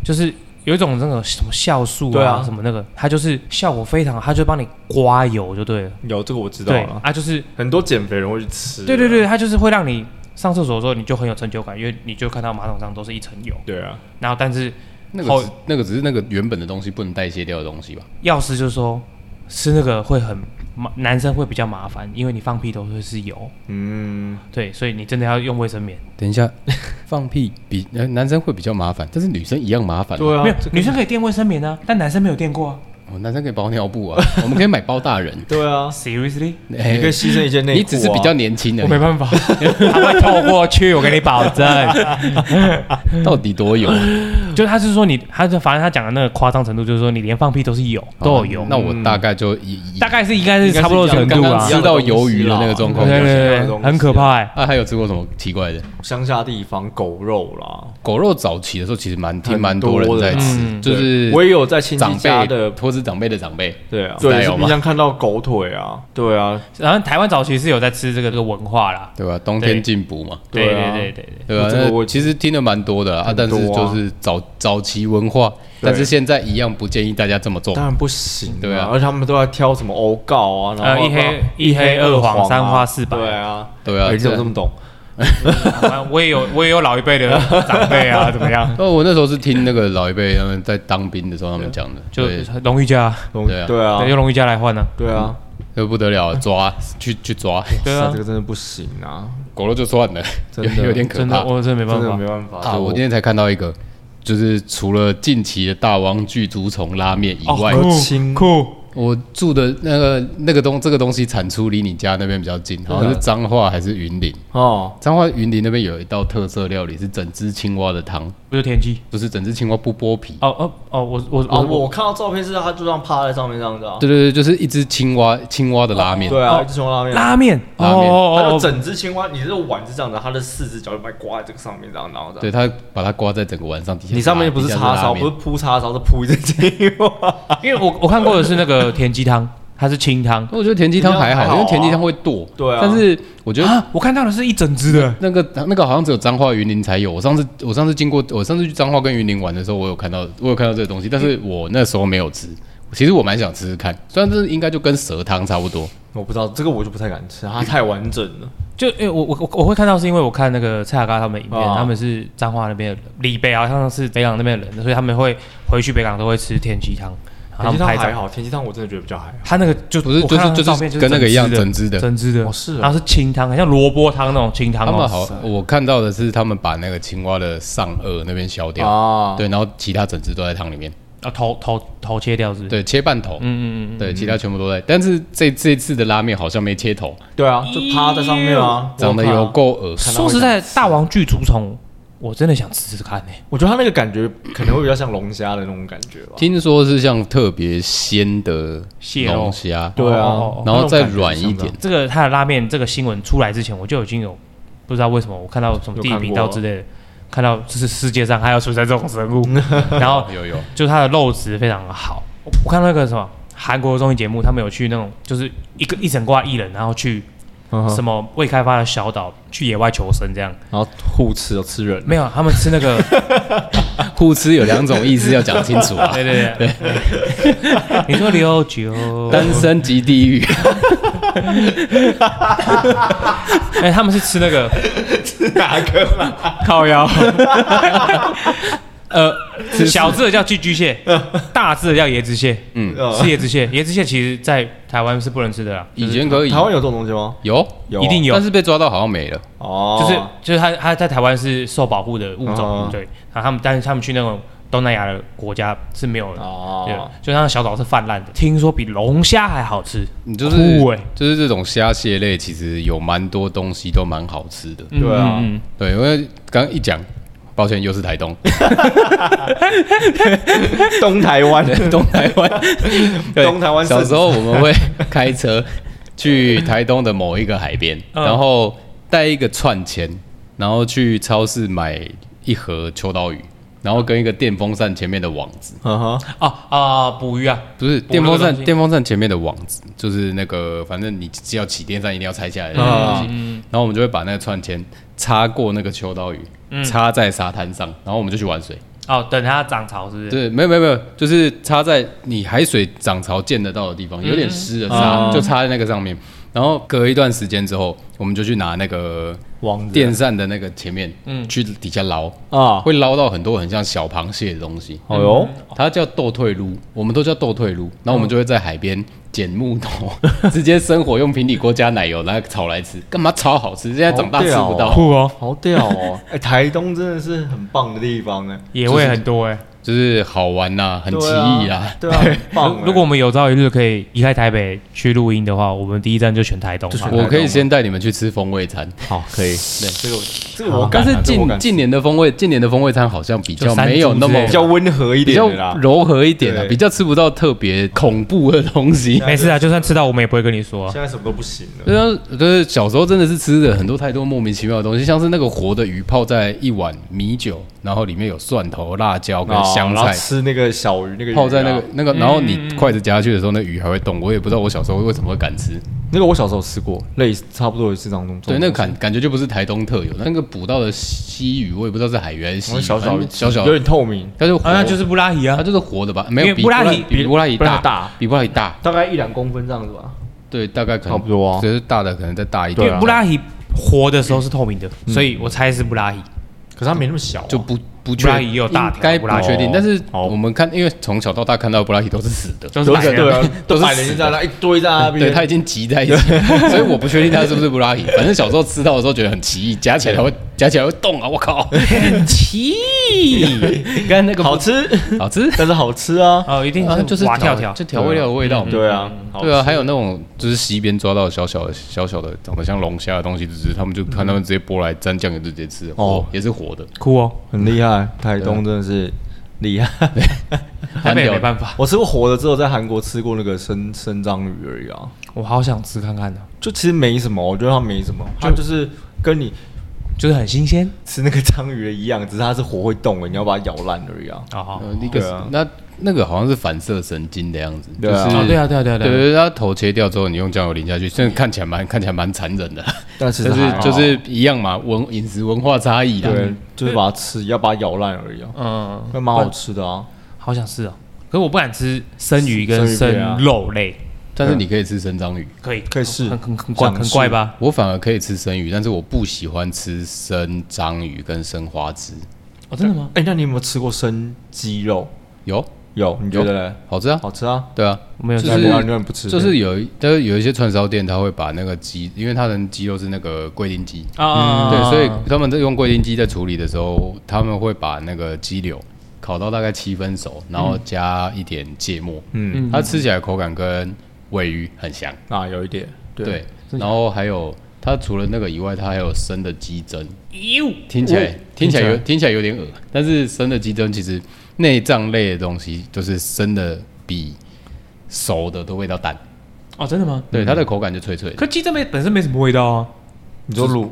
Speaker 3: 就是有一种那个什么酵素
Speaker 1: 对啊
Speaker 3: 什么那个，它就是效果非常好，它就帮你刮油就对了。
Speaker 1: 有这个我知道
Speaker 3: 对
Speaker 1: 了，
Speaker 3: 啊，就是
Speaker 1: 很多减肥人会去吃。
Speaker 3: 对对对，它就是会让你上厕所的时候你就很有成就感，因为你就看到马桶上都是一层油。
Speaker 1: 对啊，
Speaker 3: 然后但是
Speaker 2: 那
Speaker 3: 好
Speaker 2: 个只那个只是那个原本的东西不能代谢掉的东西吧？
Speaker 3: 药师就说吃那个会很麻，男生会比较麻烦，因为你放屁都会是油，
Speaker 1: 嗯，
Speaker 3: 对，所以你真的要用卫生棉。
Speaker 2: 等一下，放屁比、呃、男生会比较麻烦，但是女生一样麻烦。
Speaker 1: 对啊，
Speaker 3: 没有
Speaker 1: 这，个
Speaker 3: 女生可以垫卫生棉啊，但男生没有垫过啊。
Speaker 2: 哦，男生可以包尿布啊，我们可以买包大人。
Speaker 1: 对啊，
Speaker 3: Seriously，
Speaker 2: 哎
Speaker 1: 你可以牺牲一件内裤啊，
Speaker 2: 你只是比较年轻
Speaker 3: 我没
Speaker 2: 的，
Speaker 1: [laughs]
Speaker 3: 办法，他会透过去，我跟你保证。
Speaker 1: 嗯
Speaker 2: 到底多
Speaker 1: [laughs]
Speaker 2: 油？
Speaker 3: 就他是说你，他就反正他讲的那个夸张程度，就是说你连放屁都是油，都有油。
Speaker 2: 那我
Speaker 1: 嗯
Speaker 2: 大概就一
Speaker 3: 大概是应该是差不多的程
Speaker 2: 刚
Speaker 3: 度
Speaker 2: 刚
Speaker 3: 吧
Speaker 2: 啊吃。到鱿鱼的那个状
Speaker 3: 对
Speaker 2: 况。
Speaker 3: 对
Speaker 1: 一
Speaker 3: 对
Speaker 1: 样的
Speaker 3: 对，
Speaker 1: 东西
Speaker 3: 很可怕哎。
Speaker 2: 啊，还有吃过什么奇怪的？
Speaker 1: 乡下地方狗肉啦，
Speaker 2: 狗肉早期的时候其实蛮听
Speaker 1: 很
Speaker 2: 蛮多人
Speaker 1: 多的
Speaker 2: 在吃，
Speaker 3: 嗯
Speaker 2: 就是
Speaker 1: 对我也有在亲戚
Speaker 2: 长
Speaker 1: 家
Speaker 2: 辈
Speaker 1: 的，
Speaker 2: 或是长辈的长辈。
Speaker 1: 对啊，
Speaker 2: 奶
Speaker 1: 对，
Speaker 2: 油
Speaker 1: 是
Speaker 2: 嘛
Speaker 1: 冰箱看到狗腿啊，对啊，
Speaker 3: 然后台湾早期是有在吃这个这个文化啦。
Speaker 2: 对吧？冬
Speaker 3: 对
Speaker 2: 天进补嘛，
Speaker 3: 对
Speaker 1: 对啊
Speaker 3: 对对对对。
Speaker 2: 对吧？
Speaker 1: 这个
Speaker 2: 那
Speaker 1: 我
Speaker 2: 其实听的蛮多的啊，
Speaker 1: 很
Speaker 2: 但
Speaker 1: 多啊
Speaker 2: 是就是早早期文化，
Speaker 1: 对
Speaker 2: 但是现在一样不建议大家这么做
Speaker 1: 当。然不行、
Speaker 2: 对啊
Speaker 1: 而且他们都在挑什么欧告啊，然
Speaker 3: 呃
Speaker 1: 后
Speaker 3: 一黑一黑二黄三花四白
Speaker 1: 对啊，
Speaker 2: 对啊
Speaker 1: 哎你怎么
Speaker 2: 这
Speaker 1: 这么懂？
Speaker 3: 啊我也有我也有老一辈的长辈啊，怎么样？
Speaker 2: 哦，我那时候是听那个老一辈他们在当兵的时候他们讲的，
Speaker 3: 就
Speaker 2: 对，
Speaker 3: 荣誉家，
Speaker 1: 对
Speaker 2: 对
Speaker 1: 啊，
Speaker 2: 啊
Speaker 1: 对
Speaker 3: 对，
Speaker 1: 啊，
Speaker 3: 用荣誉家来换呢。
Speaker 1: 对啊，
Speaker 2: 这不得了，抓去去抓
Speaker 3: 对
Speaker 1: 哇塞
Speaker 3: 啊
Speaker 1: 这，个真的不行啊，
Speaker 2: 狗肉就算了，
Speaker 1: 真
Speaker 2: 有
Speaker 1: 的
Speaker 2: [laughs] 有点可
Speaker 3: 真的
Speaker 2: 怕
Speaker 3: 我真的没
Speaker 1: 真
Speaker 3: 办
Speaker 1: 的
Speaker 3: 法
Speaker 1: 没。办法
Speaker 2: 啊！
Speaker 1: 这
Speaker 2: 我今天才看到一个，就是除了近期的大王巨足虫拉面以外，
Speaker 1: 哦亲
Speaker 3: 酷，
Speaker 2: 我住的那个那个东这个东西产出离你家那边比较近，
Speaker 1: 啊
Speaker 2: 好像是彰化还是云林？
Speaker 1: 哦，
Speaker 2: 彰化云林那边有一道特色料理是整只青蛙的汤，
Speaker 3: 不是田鸡。
Speaker 2: 不是整只青蛙不剥皮。
Speaker 3: 哦哦哦，我
Speaker 1: [laughs]
Speaker 3: 我
Speaker 1: 啊，
Speaker 3: 我
Speaker 1: 我看到照片是他就这样趴在上面这样子啊，
Speaker 2: 对对对，就是一只青蛙青蛙的拉面。
Speaker 1: 对啊，
Speaker 3: 哦
Speaker 1: 一只熊拉面。
Speaker 3: 拉面，哦
Speaker 2: 拉面
Speaker 1: 它
Speaker 3: 哦
Speaker 1: 就
Speaker 3: 哦，
Speaker 1: 整只青蛙，你这个碗是这样的，它的四只脚就把它刮在这个上面，这样，然后这样。
Speaker 2: 对，他把它刮在整个碗上底下。
Speaker 1: 你上面
Speaker 2: 底
Speaker 1: 不
Speaker 2: 下
Speaker 1: 是
Speaker 2: 是
Speaker 1: 叉烧，
Speaker 2: 拉
Speaker 1: 不是
Speaker 2: 面
Speaker 1: 铺叉烧，是铺一只青蛙。
Speaker 3: [laughs] 因为我我看过的是那个田鸡汤，它是清汤
Speaker 2: 我觉得田鸡汤还
Speaker 1: 田鸡汤还好
Speaker 2: 好，
Speaker 1: 啊
Speaker 2: 因为田鸡汤会剁。
Speaker 1: 对啊
Speaker 2: 但是我觉得
Speaker 3: 啊，我看到的是一整只的，
Speaker 2: 那个那个好像只有彰化云林才有。我上次我上次经过，我上次去彰化跟云林玩的时候，我有看到我有看到这个东西，但是
Speaker 3: 嗯
Speaker 2: 我那时候没有吃。其实我蛮想吃吃看，虽然这应该就跟蛇汤差不多。
Speaker 1: 我不知道这个，我就不太敢吃，它太完整了。
Speaker 3: 就因为我我我我会看到是因为我看那个蔡雅嘎他们的影片，
Speaker 1: 哦
Speaker 3: 他们是彰化那边的人，李北好像是北港那边的人，所以他们会回去北港都会吃田鸡汤，
Speaker 1: 田鸡
Speaker 3: 然后他们
Speaker 1: 汤
Speaker 3: 拍
Speaker 1: 还
Speaker 3: 照。
Speaker 1: 好，田鸡汤我真的觉得比较还好。
Speaker 3: 他那个就
Speaker 2: 不是
Speaker 3: 我
Speaker 2: 就
Speaker 3: 看
Speaker 2: 是
Speaker 3: 到
Speaker 2: 就
Speaker 3: 照片
Speaker 2: 是跟那个一样整只的。
Speaker 3: 整只的，
Speaker 1: 哦是哦
Speaker 3: 然后是清汤，很像萝卜汤那种清汤
Speaker 2: 他们
Speaker 3: 哦。
Speaker 2: 好，我看到的是他们把那个青蛙的上颚那边削
Speaker 3: 哦
Speaker 2: 掉，
Speaker 1: 啊，
Speaker 2: 对，然后其他整只都在汤里面，
Speaker 3: 啊，头头头切掉是不是？，
Speaker 2: 对，切半头，
Speaker 3: 嗯嗯嗯
Speaker 2: 对，其他全部都在。但是这这次的拉面好像没切头，
Speaker 1: 对啊，就趴在上面啊，
Speaker 2: 长得
Speaker 1: 我看啊
Speaker 2: 有。够恶
Speaker 3: 嗯。
Speaker 2: 心。
Speaker 3: 说实在，大王巨足虫，我真的想吃吃看呢、
Speaker 1: 我觉得它那个感觉可能会比较像龙虾的那种感觉吧。
Speaker 2: 听说是像特别鲜的
Speaker 3: 蟹肉
Speaker 2: 龙虾，
Speaker 1: 对啊
Speaker 3: 哦，
Speaker 2: 然后再
Speaker 1: 那种感
Speaker 2: 软
Speaker 1: 觉
Speaker 2: 一
Speaker 1: 像这
Speaker 2: 点
Speaker 1: 样。。
Speaker 3: 这个他的拉面这个新闻出来之前，我就已经有不知道为什么我看到什么地理频道之类的，看到这是世界上还有存在这种生 [laughs] 物，然后
Speaker 2: 有有，
Speaker 3: 就它的肉质非常好。我我看到那个什么韩国综艺节目，他们有去那种就是一个一整挂艺人，然后去
Speaker 1: 嗯哼
Speaker 3: 什么未开发的小岛去野外求生这样。
Speaker 1: 然后互吃哦，吃人。
Speaker 3: 没有，他们吃那个，
Speaker 2: [laughs] 互吃有两种意思要讲清楚
Speaker 3: [laughs]
Speaker 2: 啊。
Speaker 3: [laughs] 对对对，你说六九，
Speaker 2: 单身即地狱，
Speaker 3: 哎、他们是吃那个
Speaker 1: [laughs] 哪个啦？
Speaker 3: 靠腰。呃，小只的叫寄居蟹，大只的叫椰子蟹。
Speaker 2: 嗯，
Speaker 1: 呃
Speaker 3: 吃椰子蟹，椰子蟹其实在台湾是不能吃的啦，
Speaker 2: 以前可以
Speaker 1: 台湾有这种东西吗？
Speaker 2: 有
Speaker 1: 有啊
Speaker 3: 一定有
Speaker 2: 但，是被抓到好像没了。
Speaker 1: 哦，
Speaker 3: 就是就是它它在台湾是受保护的物种，
Speaker 1: 哦
Speaker 3: 对。然后他们但是他们去那种东南亚的国家是没有的，对
Speaker 1: 哦，，
Speaker 3: 就像小岛是泛滥的，听说比龙虾还好吃，
Speaker 2: 你就是
Speaker 3: 酷欸
Speaker 2: 就是这种虾蟹类，其实有蛮多东西都蛮好吃的。
Speaker 1: 对啊
Speaker 3: 嗯嗯
Speaker 2: 对，因为刚刚一讲，抱歉，又是台
Speaker 3: [laughs]
Speaker 2: 东，嗯
Speaker 1: 东台
Speaker 2: [laughs]
Speaker 1: 湾，
Speaker 2: 东台湾，对
Speaker 1: 东台湾
Speaker 2: 小
Speaker 1: 省
Speaker 2: 时候我们会开车去台东的某一个海边，
Speaker 3: 嗯
Speaker 2: 然后带一个串钱，然后去超市买一盒秋刀鱼，然后跟一个电风扇前面的网子，
Speaker 1: 嗯哼，
Speaker 3: 嗯啊啊，捕鱼啊，
Speaker 2: 不是
Speaker 3: 那个
Speaker 2: 电风
Speaker 3: 东
Speaker 2: 扇，
Speaker 3: 西
Speaker 2: 电风扇前面的网子，就是那个反正你只要起电扇一定要拆下来的那个东西，然后我们就会把那个串钱插过那个秋刀鱼，插在沙滩上，然后我们就去玩水。
Speaker 3: 哦，等它涨潮是不是？
Speaker 2: 对，没有没有没有，就是插在你海水涨潮见得到的地方，有点湿的
Speaker 1: 嗯
Speaker 2: 插、
Speaker 1: 嗯
Speaker 2: 就插在那个上面。然后隔一段时间之后，我们就去拿那个
Speaker 1: 王子
Speaker 2: 电扇的那个前面，嗯，去底下捞，
Speaker 1: 啊，
Speaker 2: 会捞到很多很像小螃蟹的东西。
Speaker 1: 哦哟，
Speaker 2: 它叫斗退撸，我们都叫斗退撸。然后我们就会在海边捡木头， [laughs] 直接生火用平底锅加奶油，然后炒来吃，干嘛超好吃？现在长大吃不到，
Speaker 3: 酷哦，
Speaker 1: 好屌哦！ [laughs] 哎，台东真的是很棒的地方哎，
Speaker 3: 野味很多哎。
Speaker 2: 就是好玩呐、很奇异啦、
Speaker 1: 对啊，很棒
Speaker 2: [laughs]
Speaker 1: 哎。
Speaker 3: 如如果我们有朝一日可以离开台北去录音的话，我们第一站就选台东
Speaker 1: 就
Speaker 3: 嘛
Speaker 1: 选。
Speaker 2: 我可以先带你们去吃风味餐。
Speaker 1: 好，可
Speaker 2: [laughs]
Speaker 1: 以，对这个我 [laughs] 这个我敢
Speaker 2: 但
Speaker 1: 啊，
Speaker 2: 是
Speaker 1: 这个我
Speaker 2: 近
Speaker 1: 敢
Speaker 2: 近年的风味，近年的风味餐好像比较
Speaker 3: 就山
Speaker 2: 没有
Speaker 3: 竹
Speaker 2: 那么
Speaker 3: 之类
Speaker 1: 比较温和一
Speaker 2: 比
Speaker 1: 点
Speaker 2: 较
Speaker 1: [laughs] 的啦。
Speaker 2: 柔和一点啊，
Speaker 1: 对
Speaker 2: 比较吃不到特别恐怖的东西。
Speaker 3: 没事啊，就算吃到我们也不会跟你说啊。
Speaker 1: 现在什么都不行了。
Speaker 2: 啊就是就是小时候真的是吃了很多太多莫名其妙的东西，像是那个活的鱼泡在一碗米酒，然后里面有蒜头、辣椒跟
Speaker 1: 哦
Speaker 2: 香
Speaker 1: 然后
Speaker 2: 菜，
Speaker 1: 吃那个小鱼，那个鱼
Speaker 2: 泡在那
Speaker 1: 啊
Speaker 2: 个那个，然后你筷子夹下去的时候，那鱼还会动。我也不知道我小时候为什么会敢吃，
Speaker 1: 那个，我小时候吃过，类似差不多也是这种东西。
Speaker 2: 对，那个感感觉就不是台东特有，那个捕到的溪鱼，我也不知道是海员溪
Speaker 1: 然后
Speaker 2: 鱼，
Speaker 1: 小
Speaker 2: 反
Speaker 1: 小
Speaker 2: 正
Speaker 1: 鱼
Speaker 2: 小小
Speaker 1: 有
Speaker 2: 的，
Speaker 1: 点透明，
Speaker 2: 它就
Speaker 3: 啊，那
Speaker 2: 活
Speaker 3: 就是布拉提啊
Speaker 2: 它。就是活的吧？没
Speaker 3: 因
Speaker 2: 有
Speaker 3: 为
Speaker 2: 比
Speaker 3: 布拉提
Speaker 2: 比布拉提
Speaker 1: 布拉
Speaker 2: 大
Speaker 1: 提大
Speaker 2: 比布拉提大，
Speaker 1: 大概一两公分这样子吧，
Speaker 2: 对，大概可
Speaker 1: 差
Speaker 2: 能
Speaker 1: 不多啊
Speaker 2: 就是大的可能再大一
Speaker 3: 因
Speaker 2: 点，
Speaker 3: 为
Speaker 1: 对啊
Speaker 3: 布拉提活的时候是透明的，所以我猜是布拉提。
Speaker 1: 可是它没那么小啊，
Speaker 2: 就不不
Speaker 3: 布
Speaker 2: 确
Speaker 3: 拉提也有大条
Speaker 2: 应该
Speaker 3: 布
Speaker 2: 不
Speaker 3: 拉
Speaker 1: 提
Speaker 2: 确定
Speaker 1: 哦。
Speaker 2: 但是
Speaker 1: 好
Speaker 2: 我们看，因为从小到大看到的布拉提都是死的，
Speaker 3: 就是
Speaker 1: 有
Speaker 3: 买
Speaker 1: 点对
Speaker 3: 的，
Speaker 1: 啊，
Speaker 2: [laughs] 都
Speaker 1: 都
Speaker 3: [laughs]
Speaker 2: 是
Speaker 1: 摆了
Speaker 2: 死
Speaker 1: 就在那一堆在那
Speaker 2: 对，
Speaker 1: 边，
Speaker 2: 它已经集在一起， [laughs] 所以我不确定它是不是布拉提。反正小时候吃到的时候觉得很奇异，夹起来会夹起来会动啊！我靠，
Speaker 3: 很奇异。
Speaker 2: 跟那个
Speaker 1: 好吃，
Speaker 2: 好吃，
Speaker 1: [laughs] 但是好吃啊，
Speaker 3: 哦，一定
Speaker 2: 啊
Speaker 3: 就是
Speaker 2: 调
Speaker 3: 滑跳跳。
Speaker 2: 就调味料的味道嘛。
Speaker 1: 对啊，好吃
Speaker 2: 对啊，还有那种就是溪边抓到小小的、小小的、长得像龙虾的东西，就是他们就看他们直接剥来沾酱油就直接吃，哦
Speaker 1: 哦，
Speaker 2: 也是活的。
Speaker 3: 酷哦，
Speaker 1: 很厉害，台东真的是厉害。
Speaker 3: 台北也没
Speaker 2: 法。
Speaker 3: 办法，
Speaker 1: [laughs] 我吃过活的，只有在韩国吃过那个生生章鱼而已啊，
Speaker 3: 我好想吃看看呢，哦
Speaker 1: 就其实没什么，我觉得它没什么，它就是跟你
Speaker 3: 就是很新鲜。
Speaker 1: 吃那个章鱼的一样，只是它是活会动的，你要把它咬烂而已啊。
Speaker 3: 哦好，
Speaker 2: 呃，那个
Speaker 1: 对啊
Speaker 2: 那那个好像是反射神经的样子，
Speaker 1: 对啊
Speaker 2: 就是
Speaker 3: 哦对啊对啊对啊
Speaker 2: 对
Speaker 3: 对啊
Speaker 2: 对，它头切掉之后，你用酱油淋下去，虽然看起来蛮看起来蛮残忍的，
Speaker 1: 但其实
Speaker 2: 但
Speaker 1: 还
Speaker 2: 是
Speaker 1: 好
Speaker 2: 就是一样嘛，文饮食文化差异啦。
Speaker 1: 对，就是把它吃，要把它咬烂而已啊，
Speaker 3: 嗯，
Speaker 1: 那蛮好吃的啊。
Speaker 3: 好想吃哦。可是我不敢吃生鱼跟
Speaker 1: 生鱼片啊
Speaker 3: 生肉类，
Speaker 2: 但是你可以吃生章鱼，
Speaker 3: 可以
Speaker 1: 可以试
Speaker 3: 很很很怪
Speaker 1: 想
Speaker 3: 很怪
Speaker 1: 试
Speaker 3: 吧？
Speaker 2: 我反而可以吃生鱼，但是我不喜欢吃生章鱼跟生花枝。
Speaker 3: 哦，真的吗？
Speaker 1: 哎，那你有没有吃过生鸡肉？
Speaker 2: 有
Speaker 1: 有，你觉得嘞？
Speaker 2: 好吃啊，
Speaker 1: 好吃啊？
Speaker 2: 对啊，
Speaker 3: 我没有
Speaker 2: 就
Speaker 3: 吃
Speaker 1: 那
Speaker 2: 是
Speaker 1: 你很多人不吃，
Speaker 2: 就是有一，但是有一些串烧店，他会把那个鸡，因为他的鸡肉是那个龟苓鸡，
Speaker 3: 啊
Speaker 2: 对，所以他们在用桂林鸡在处理的时候，他们会把那个鸡柳烤到大概七分熟，然后加一点芥末，
Speaker 1: 嗯
Speaker 2: 它吃起来口感跟尾鱼很像。
Speaker 1: 啊，有一点
Speaker 2: 对，然后还有它除了那个以外，它还有生的鸡胗，听起来哦听起来有听起来有点恶，但是生的鸡胗其实内脏类的东西，就是生的比熟的都味道淡，
Speaker 3: 哦，真的吗？
Speaker 2: 对，它的口感就脆脆的。
Speaker 3: 可鸡胗没本身没什么味道啊，
Speaker 1: 你说卤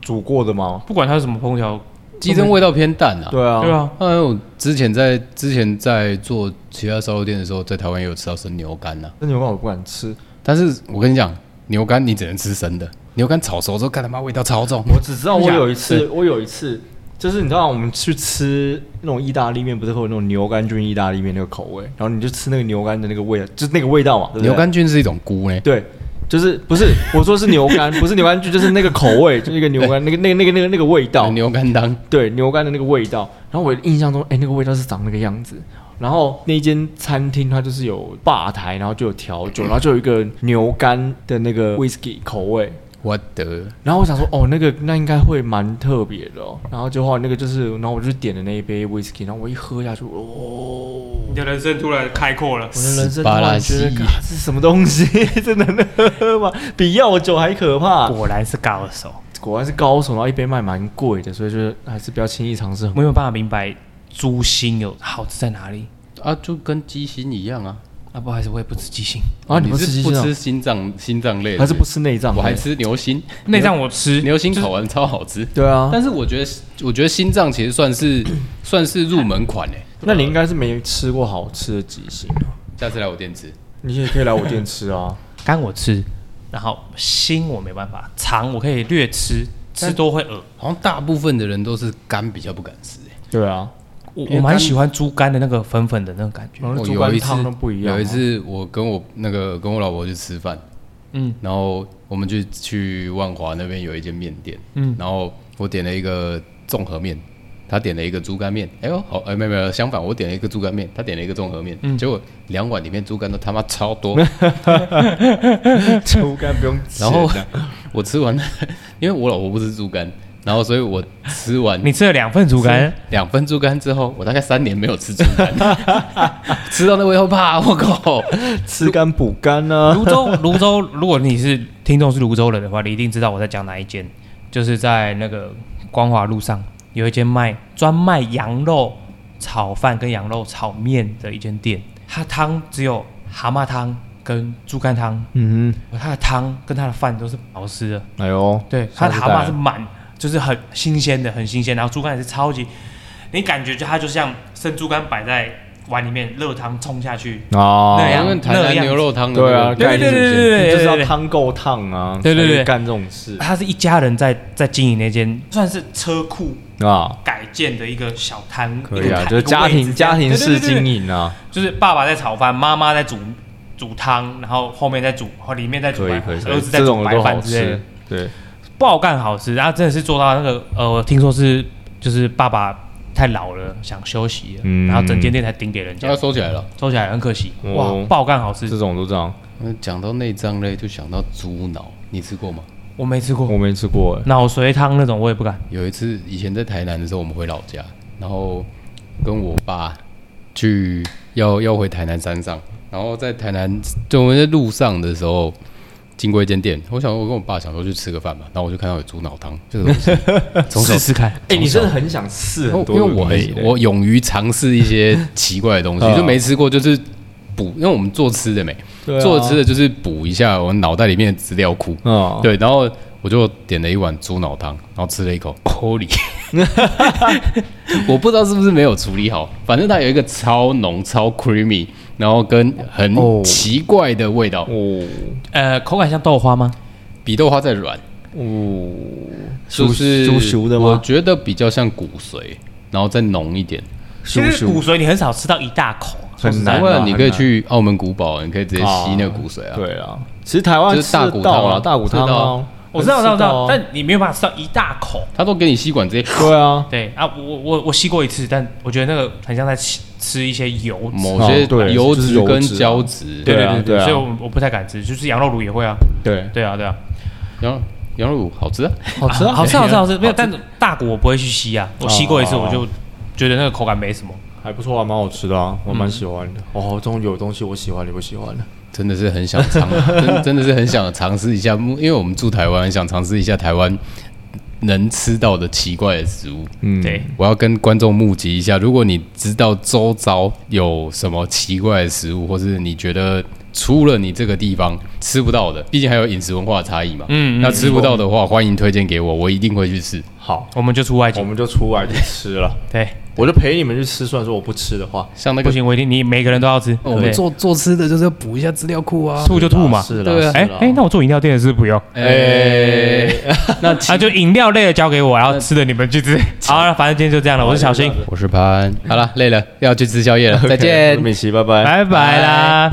Speaker 1: 煮过的吗？
Speaker 3: 不管它是什么烹调，
Speaker 2: 鸡胗味道偏淡啊，
Speaker 1: 对啊，
Speaker 3: 对，啊，
Speaker 2: 还有之前在之前在做其他烧肉店的时候，在台湾也有吃到生牛肝呐、
Speaker 1: 那牛肝我不敢吃，
Speaker 2: 但是我跟你讲，牛肝你只能吃生的，牛肝炒熟之后，看他妈味道超重。
Speaker 1: 我只知道我有一次
Speaker 2: 对，
Speaker 1: 我有一次，就是你知道我们去吃那种意大利面，不是会有那种牛肝菌意大利面那个口味，然后你就吃那个牛肝的那个味，就是那个味道嘛，对不对
Speaker 2: 牛肝菌是一种菇呢、
Speaker 1: 对。就是不是我说是牛肝， [laughs] 不是牛肝菌，就是那个口味，就是一个牛肝那个那个那个那个那个味道，
Speaker 2: 牛肝汤
Speaker 1: 对牛肝的那个味道。然后我印象中，哎、那个味道是长那个样子。然后那间餐厅它嗯就是有吧台，然后就有调酒，然后就有一个牛肝的那个 whisky 口味，
Speaker 2: 我的
Speaker 1: 然后我想说，哦，那个那应该会蛮特别的、哦。然后就后来那个就是，然后我就点了那一杯 whisky，然后我一喝下去，哦，
Speaker 4: 你的人生突然开阔了。
Speaker 1: 我的人生突
Speaker 2: 巴拉
Speaker 1: 然 [laughs]
Speaker 2: 西
Speaker 1: 觉得，嘎这是什么东西？ [laughs] 这能喝吗？比药酒还可怕。
Speaker 3: 果然是高手，
Speaker 1: 果然是高手，然后一杯卖蛮贵的，所以就是还是不要轻易尝试。
Speaker 3: 我没有办法明白猪心有好吃在哪里
Speaker 2: 啊，就跟鸡心一样啊。
Speaker 3: 啊！不好意思，我也不吃鸡心，
Speaker 1: 啊，你
Speaker 2: 我
Speaker 1: 吃鸡
Speaker 2: 是不
Speaker 1: 胸
Speaker 2: 吃心脏心脏类的，
Speaker 1: 还是不？吃内脏？
Speaker 2: 我还吃牛心，
Speaker 3: 内脏我吃，
Speaker 2: 牛心烤完超好吃。
Speaker 1: 对啊，
Speaker 2: 但是我觉得，我觉得心脏其实算是算是入门款欸诶。
Speaker 1: 那你应该是没吃过好吃的鸡心啊，
Speaker 2: 下次来我店吃，
Speaker 1: 你也可以来我店吃啊。
Speaker 3: 肝我吃，然后心我没办法，肠我可以略吃，吃多会恶。
Speaker 2: 好像大部分的人都是肝比较不敢吃欸诶。
Speaker 1: [laughs] 对啊，
Speaker 3: 我
Speaker 2: 为
Speaker 3: 我蛮
Speaker 2: 肝
Speaker 3: 喜欢猪肝的那个粉粉的那种感觉，
Speaker 4: 嗯
Speaker 1: 然后
Speaker 2: 我
Speaker 1: 猪
Speaker 2: 哦有
Speaker 1: 肝
Speaker 2: 一次
Speaker 1: 哦汤都不一样啊。
Speaker 2: 有一
Speaker 1: [laughs]
Speaker 2: 次我跟我那个跟我老婆去吃饭，
Speaker 3: 嗯
Speaker 2: 然后我们就去万华那边有一间面店，
Speaker 3: 嗯
Speaker 2: 然后我点了一个综合面，他点了一个猪肝面，哎呦好，哎没有没有，相反我点了一个猪肝面，他点了一个综合面，
Speaker 1: 嗯
Speaker 2: 结果两碗里面猪肝都他妈超多，
Speaker 1: 猪肝不用啊吃 [laughs]
Speaker 2: 然后我吃完，因为我老婆不吃猪肝，然后所以我吃完
Speaker 3: 你吃了两份猪肝，
Speaker 2: 两份猪肝之后，我大概三年没有吃猪肝， [laughs] 吃到那味后怕我靠，
Speaker 1: 吃肝补肝啊呢
Speaker 3: 泸。州， [laughs] 泸州，如果你是听众是泸州人的话，你一定知道我在讲哪一间，就是在那个光华路上有一间卖专卖羊肉炒饭跟羊肉炒面的一间店，它汤只有蛤蟆汤跟猪肝汤，
Speaker 1: 嗯，
Speaker 3: 它的汤跟它的饭都是好吃的，
Speaker 1: 哎呦，
Speaker 3: 对，它的
Speaker 1: 下次啊再
Speaker 3: 蛤蟆
Speaker 1: 来
Speaker 3: 是满，就是很新鲜的，很新鲜，然后猪肝也是超级，你感觉就它就像生猪肝摆在碗里面，热汤冲下去，
Speaker 1: 哦
Speaker 3: 那样
Speaker 2: 因为台南牛肉汤的
Speaker 1: 对啊，
Speaker 2: 那个
Speaker 1: 概
Speaker 3: 对
Speaker 1: 念
Speaker 3: 对对
Speaker 1: 是
Speaker 3: 对对
Speaker 1: 就是
Speaker 3: 对
Speaker 1: 要
Speaker 3: 对
Speaker 1: 汤够烫啊，
Speaker 3: 对对
Speaker 1: 才会
Speaker 3: 对
Speaker 1: 干这种事
Speaker 3: 他是一家人在在经营那间算是车库
Speaker 1: 啊，
Speaker 3: 改建的一个小摊，
Speaker 1: 可以
Speaker 3: 一
Speaker 1: 啊，
Speaker 3: 个
Speaker 1: 就是家庭家庭式，
Speaker 3: 一个位置这样对对对对
Speaker 1: 经
Speaker 3: 对
Speaker 1: 营啊，
Speaker 3: 就是爸爸在炒饭，妈妈在煮煮汤，然后后面在煮，和里面在煮
Speaker 1: 可以
Speaker 3: 白
Speaker 1: 可以，
Speaker 3: 饭，
Speaker 1: 可
Speaker 3: 儿
Speaker 1: 以
Speaker 3: 子在
Speaker 1: 这
Speaker 3: 煮
Speaker 1: 种
Speaker 3: 白
Speaker 1: 都好
Speaker 3: 饭之类
Speaker 1: 吃
Speaker 3: 的，，
Speaker 1: 对，
Speaker 3: 爆干好吃。然后真的是做到那个呃，我听说是就是爸爸太老了，想休息了，
Speaker 1: 嗯
Speaker 3: 然后整间店才顶给人家
Speaker 2: 要，收起来了。
Speaker 3: 收起来很可惜。
Speaker 1: 哦
Speaker 3: 哇，爆干好吃
Speaker 1: 这，种都这样，
Speaker 2: 嗯，讲到内脏类，就想到猪脑，你吃过吗？
Speaker 3: 我没吃
Speaker 1: 我
Speaker 3: 过
Speaker 1: 没吃过哎，
Speaker 3: 脑髓汤那种，我也
Speaker 1: [laughs]
Speaker 3: 不敢。
Speaker 2: 有一次以前在台南的时候，我们回老家，然后跟我爸去要要回台南山上，然后在台南就我们在路上的时候。经过一间店，我想我跟我爸想说去吃个饭嘛，然后我就看到有猪脑汤这个东西，从小
Speaker 3: 试试看，
Speaker 1: 哎，你真的很想试很
Speaker 2: 因
Speaker 1: [laughs] 多
Speaker 2: 为
Speaker 1: 有
Speaker 2: 我
Speaker 1: 的没
Speaker 2: 很
Speaker 1: 的，
Speaker 2: 我勇于尝试一些奇怪的东西，
Speaker 1: [laughs] 嗯
Speaker 2: 就没吃过，就是补，因为我们做吃的没，
Speaker 1: 对啊
Speaker 2: 做吃的就是补一下我脑袋里面的资料库。
Speaker 1: 嗯，
Speaker 2: 对，然后我就点了一碗猪脑汤，然后吃了
Speaker 1: [laughs]
Speaker 2: 一口，Holy！我不知道是不是没有处理好，反正它有一个超浓、超 creamy，然后跟
Speaker 1: 哦
Speaker 2: 很奇怪的味道，
Speaker 1: 哦
Speaker 3: 呃，口感像豆花吗？
Speaker 2: 比豆花再软，
Speaker 1: 哦，
Speaker 2: 就是
Speaker 1: 熟熟的
Speaker 2: 我
Speaker 1: 吗？
Speaker 2: 觉得比较像骨髓，然后再浓一点。
Speaker 1: 熟
Speaker 3: 其实
Speaker 1: 熟
Speaker 3: 骨髓你很少吃到一大口啊、
Speaker 1: 很难
Speaker 2: 难
Speaker 1: 啊，
Speaker 2: 怪你可
Speaker 1: 很
Speaker 2: 以
Speaker 1: 难哦
Speaker 2: 去澳门古堡，你可以直接吸那个骨髓啊。，
Speaker 1: 对啊，其实台湾
Speaker 2: 就是大骨
Speaker 1: 吃得到
Speaker 2: 汤
Speaker 1: 啊，
Speaker 2: 啊
Speaker 1: 大骨汤
Speaker 2: 吃得到
Speaker 1: 啊
Speaker 2: 啊，
Speaker 3: 我知道，我知
Speaker 1: 吃
Speaker 3: 道，我知
Speaker 1: 得到
Speaker 3: 道，
Speaker 1: 啊
Speaker 3: 但你没有办法吃到一大口。
Speaker 2: 他都给你吸管直接
Speaker 1: 对啊，
Speaker 3: 对啊，我我我我吸过一次，但我觉得那个很像在吃吃一些油脂。
Speaker 2: 某些
Speaker 1: 哦对
Speaker 2: 油
Speaker 1: 就是
Speaker 2: 脂
Speaker 1: 油
Speaker 2: 跟
Speaker 1: 脂啊
Speaker 2: 胶质。
Speaker 1: 对啊对啊
Speaker 3: 所以我我不太敢吃，就是羊肉炉也会啊。
Speaker 1: 对，
Speaker 3: 对啊，对啊，
Speaker 2: 羊羊肉乳好吃啊，
Speaker 1: 好吃啊，
Speaker 3: 好吃，好吃，好吃。没有，
Speaker 2: 好
Speaker 3: 但大骨我不会去吸啊。我吸过一次，
Speaker 1: 哦
Speaker 3: 我就觉得那个口感没什么。
Speaker 1: 还不错啊，蛮好吃的啊，我蛮喜欢的。哦，终于有东西我喜欢，你不喜欢了。
Speaker 2: 真的是很想尝， [laughs] 真真的是很想尝试一下，因为我们住台湾，很想尝试一下台湾能吃到的奇怪的食物。
Speaker 1: 嗯
Speaker 3: 对，
Speaker 2: 我要跟观众募集一下，如果你知道周遭有什么奇怪的食物，或是你觉得除了你这个地方吃不到的，毕竟还有饮食文化差异嘛。
Speaker 3: 嗯嗯
Speaker 2: 那吃不到的话，欢迎推荐给我，我一定会去试。
Speaker 1: 好，
Speaker 3: 我们就出外
Speaker 1: 我
Speaker 3: 景。
Speaker 1: 们就出来去吃 [laughs] 了，
Speaker 3: 对，
Speaker 1: 我就陪你们去吃。虽然说我不吃的话，
Speaker 2: 像那
Speaker 3: 不
Speaker 2: 个
Speaker 3: 行，我一定你每个人都要吃。
Speaker 1: 哦
Speaker 2: 我
Speaker 3: 对
Speaker 2: 们做做吃的就是要补一下资料库啊。
Speaker 3: 吐就吐嘛。
Speaker 1: 是啦
Speaker 2: 对啊
Speaker 1: 是
Speaker 3: 哎
Speaker 1: 啦
Speaker 3: 哎，那我做饮料店的是不是不用？
Speaker 2: 哎，
Speaker 3: [laughs]
Speaker 2: 那
Speaker 3: 啊，就饮料类的交给我，然后吃的你们去吃。好，那反正今天就这样了。我是小新， [laughs]
Speaker 2: 我是潘，好了，累了，要去吃宵夜了，再见。
Speaker 1: 哎美琪，拜拜。
Speaker 3: 拜拜啦。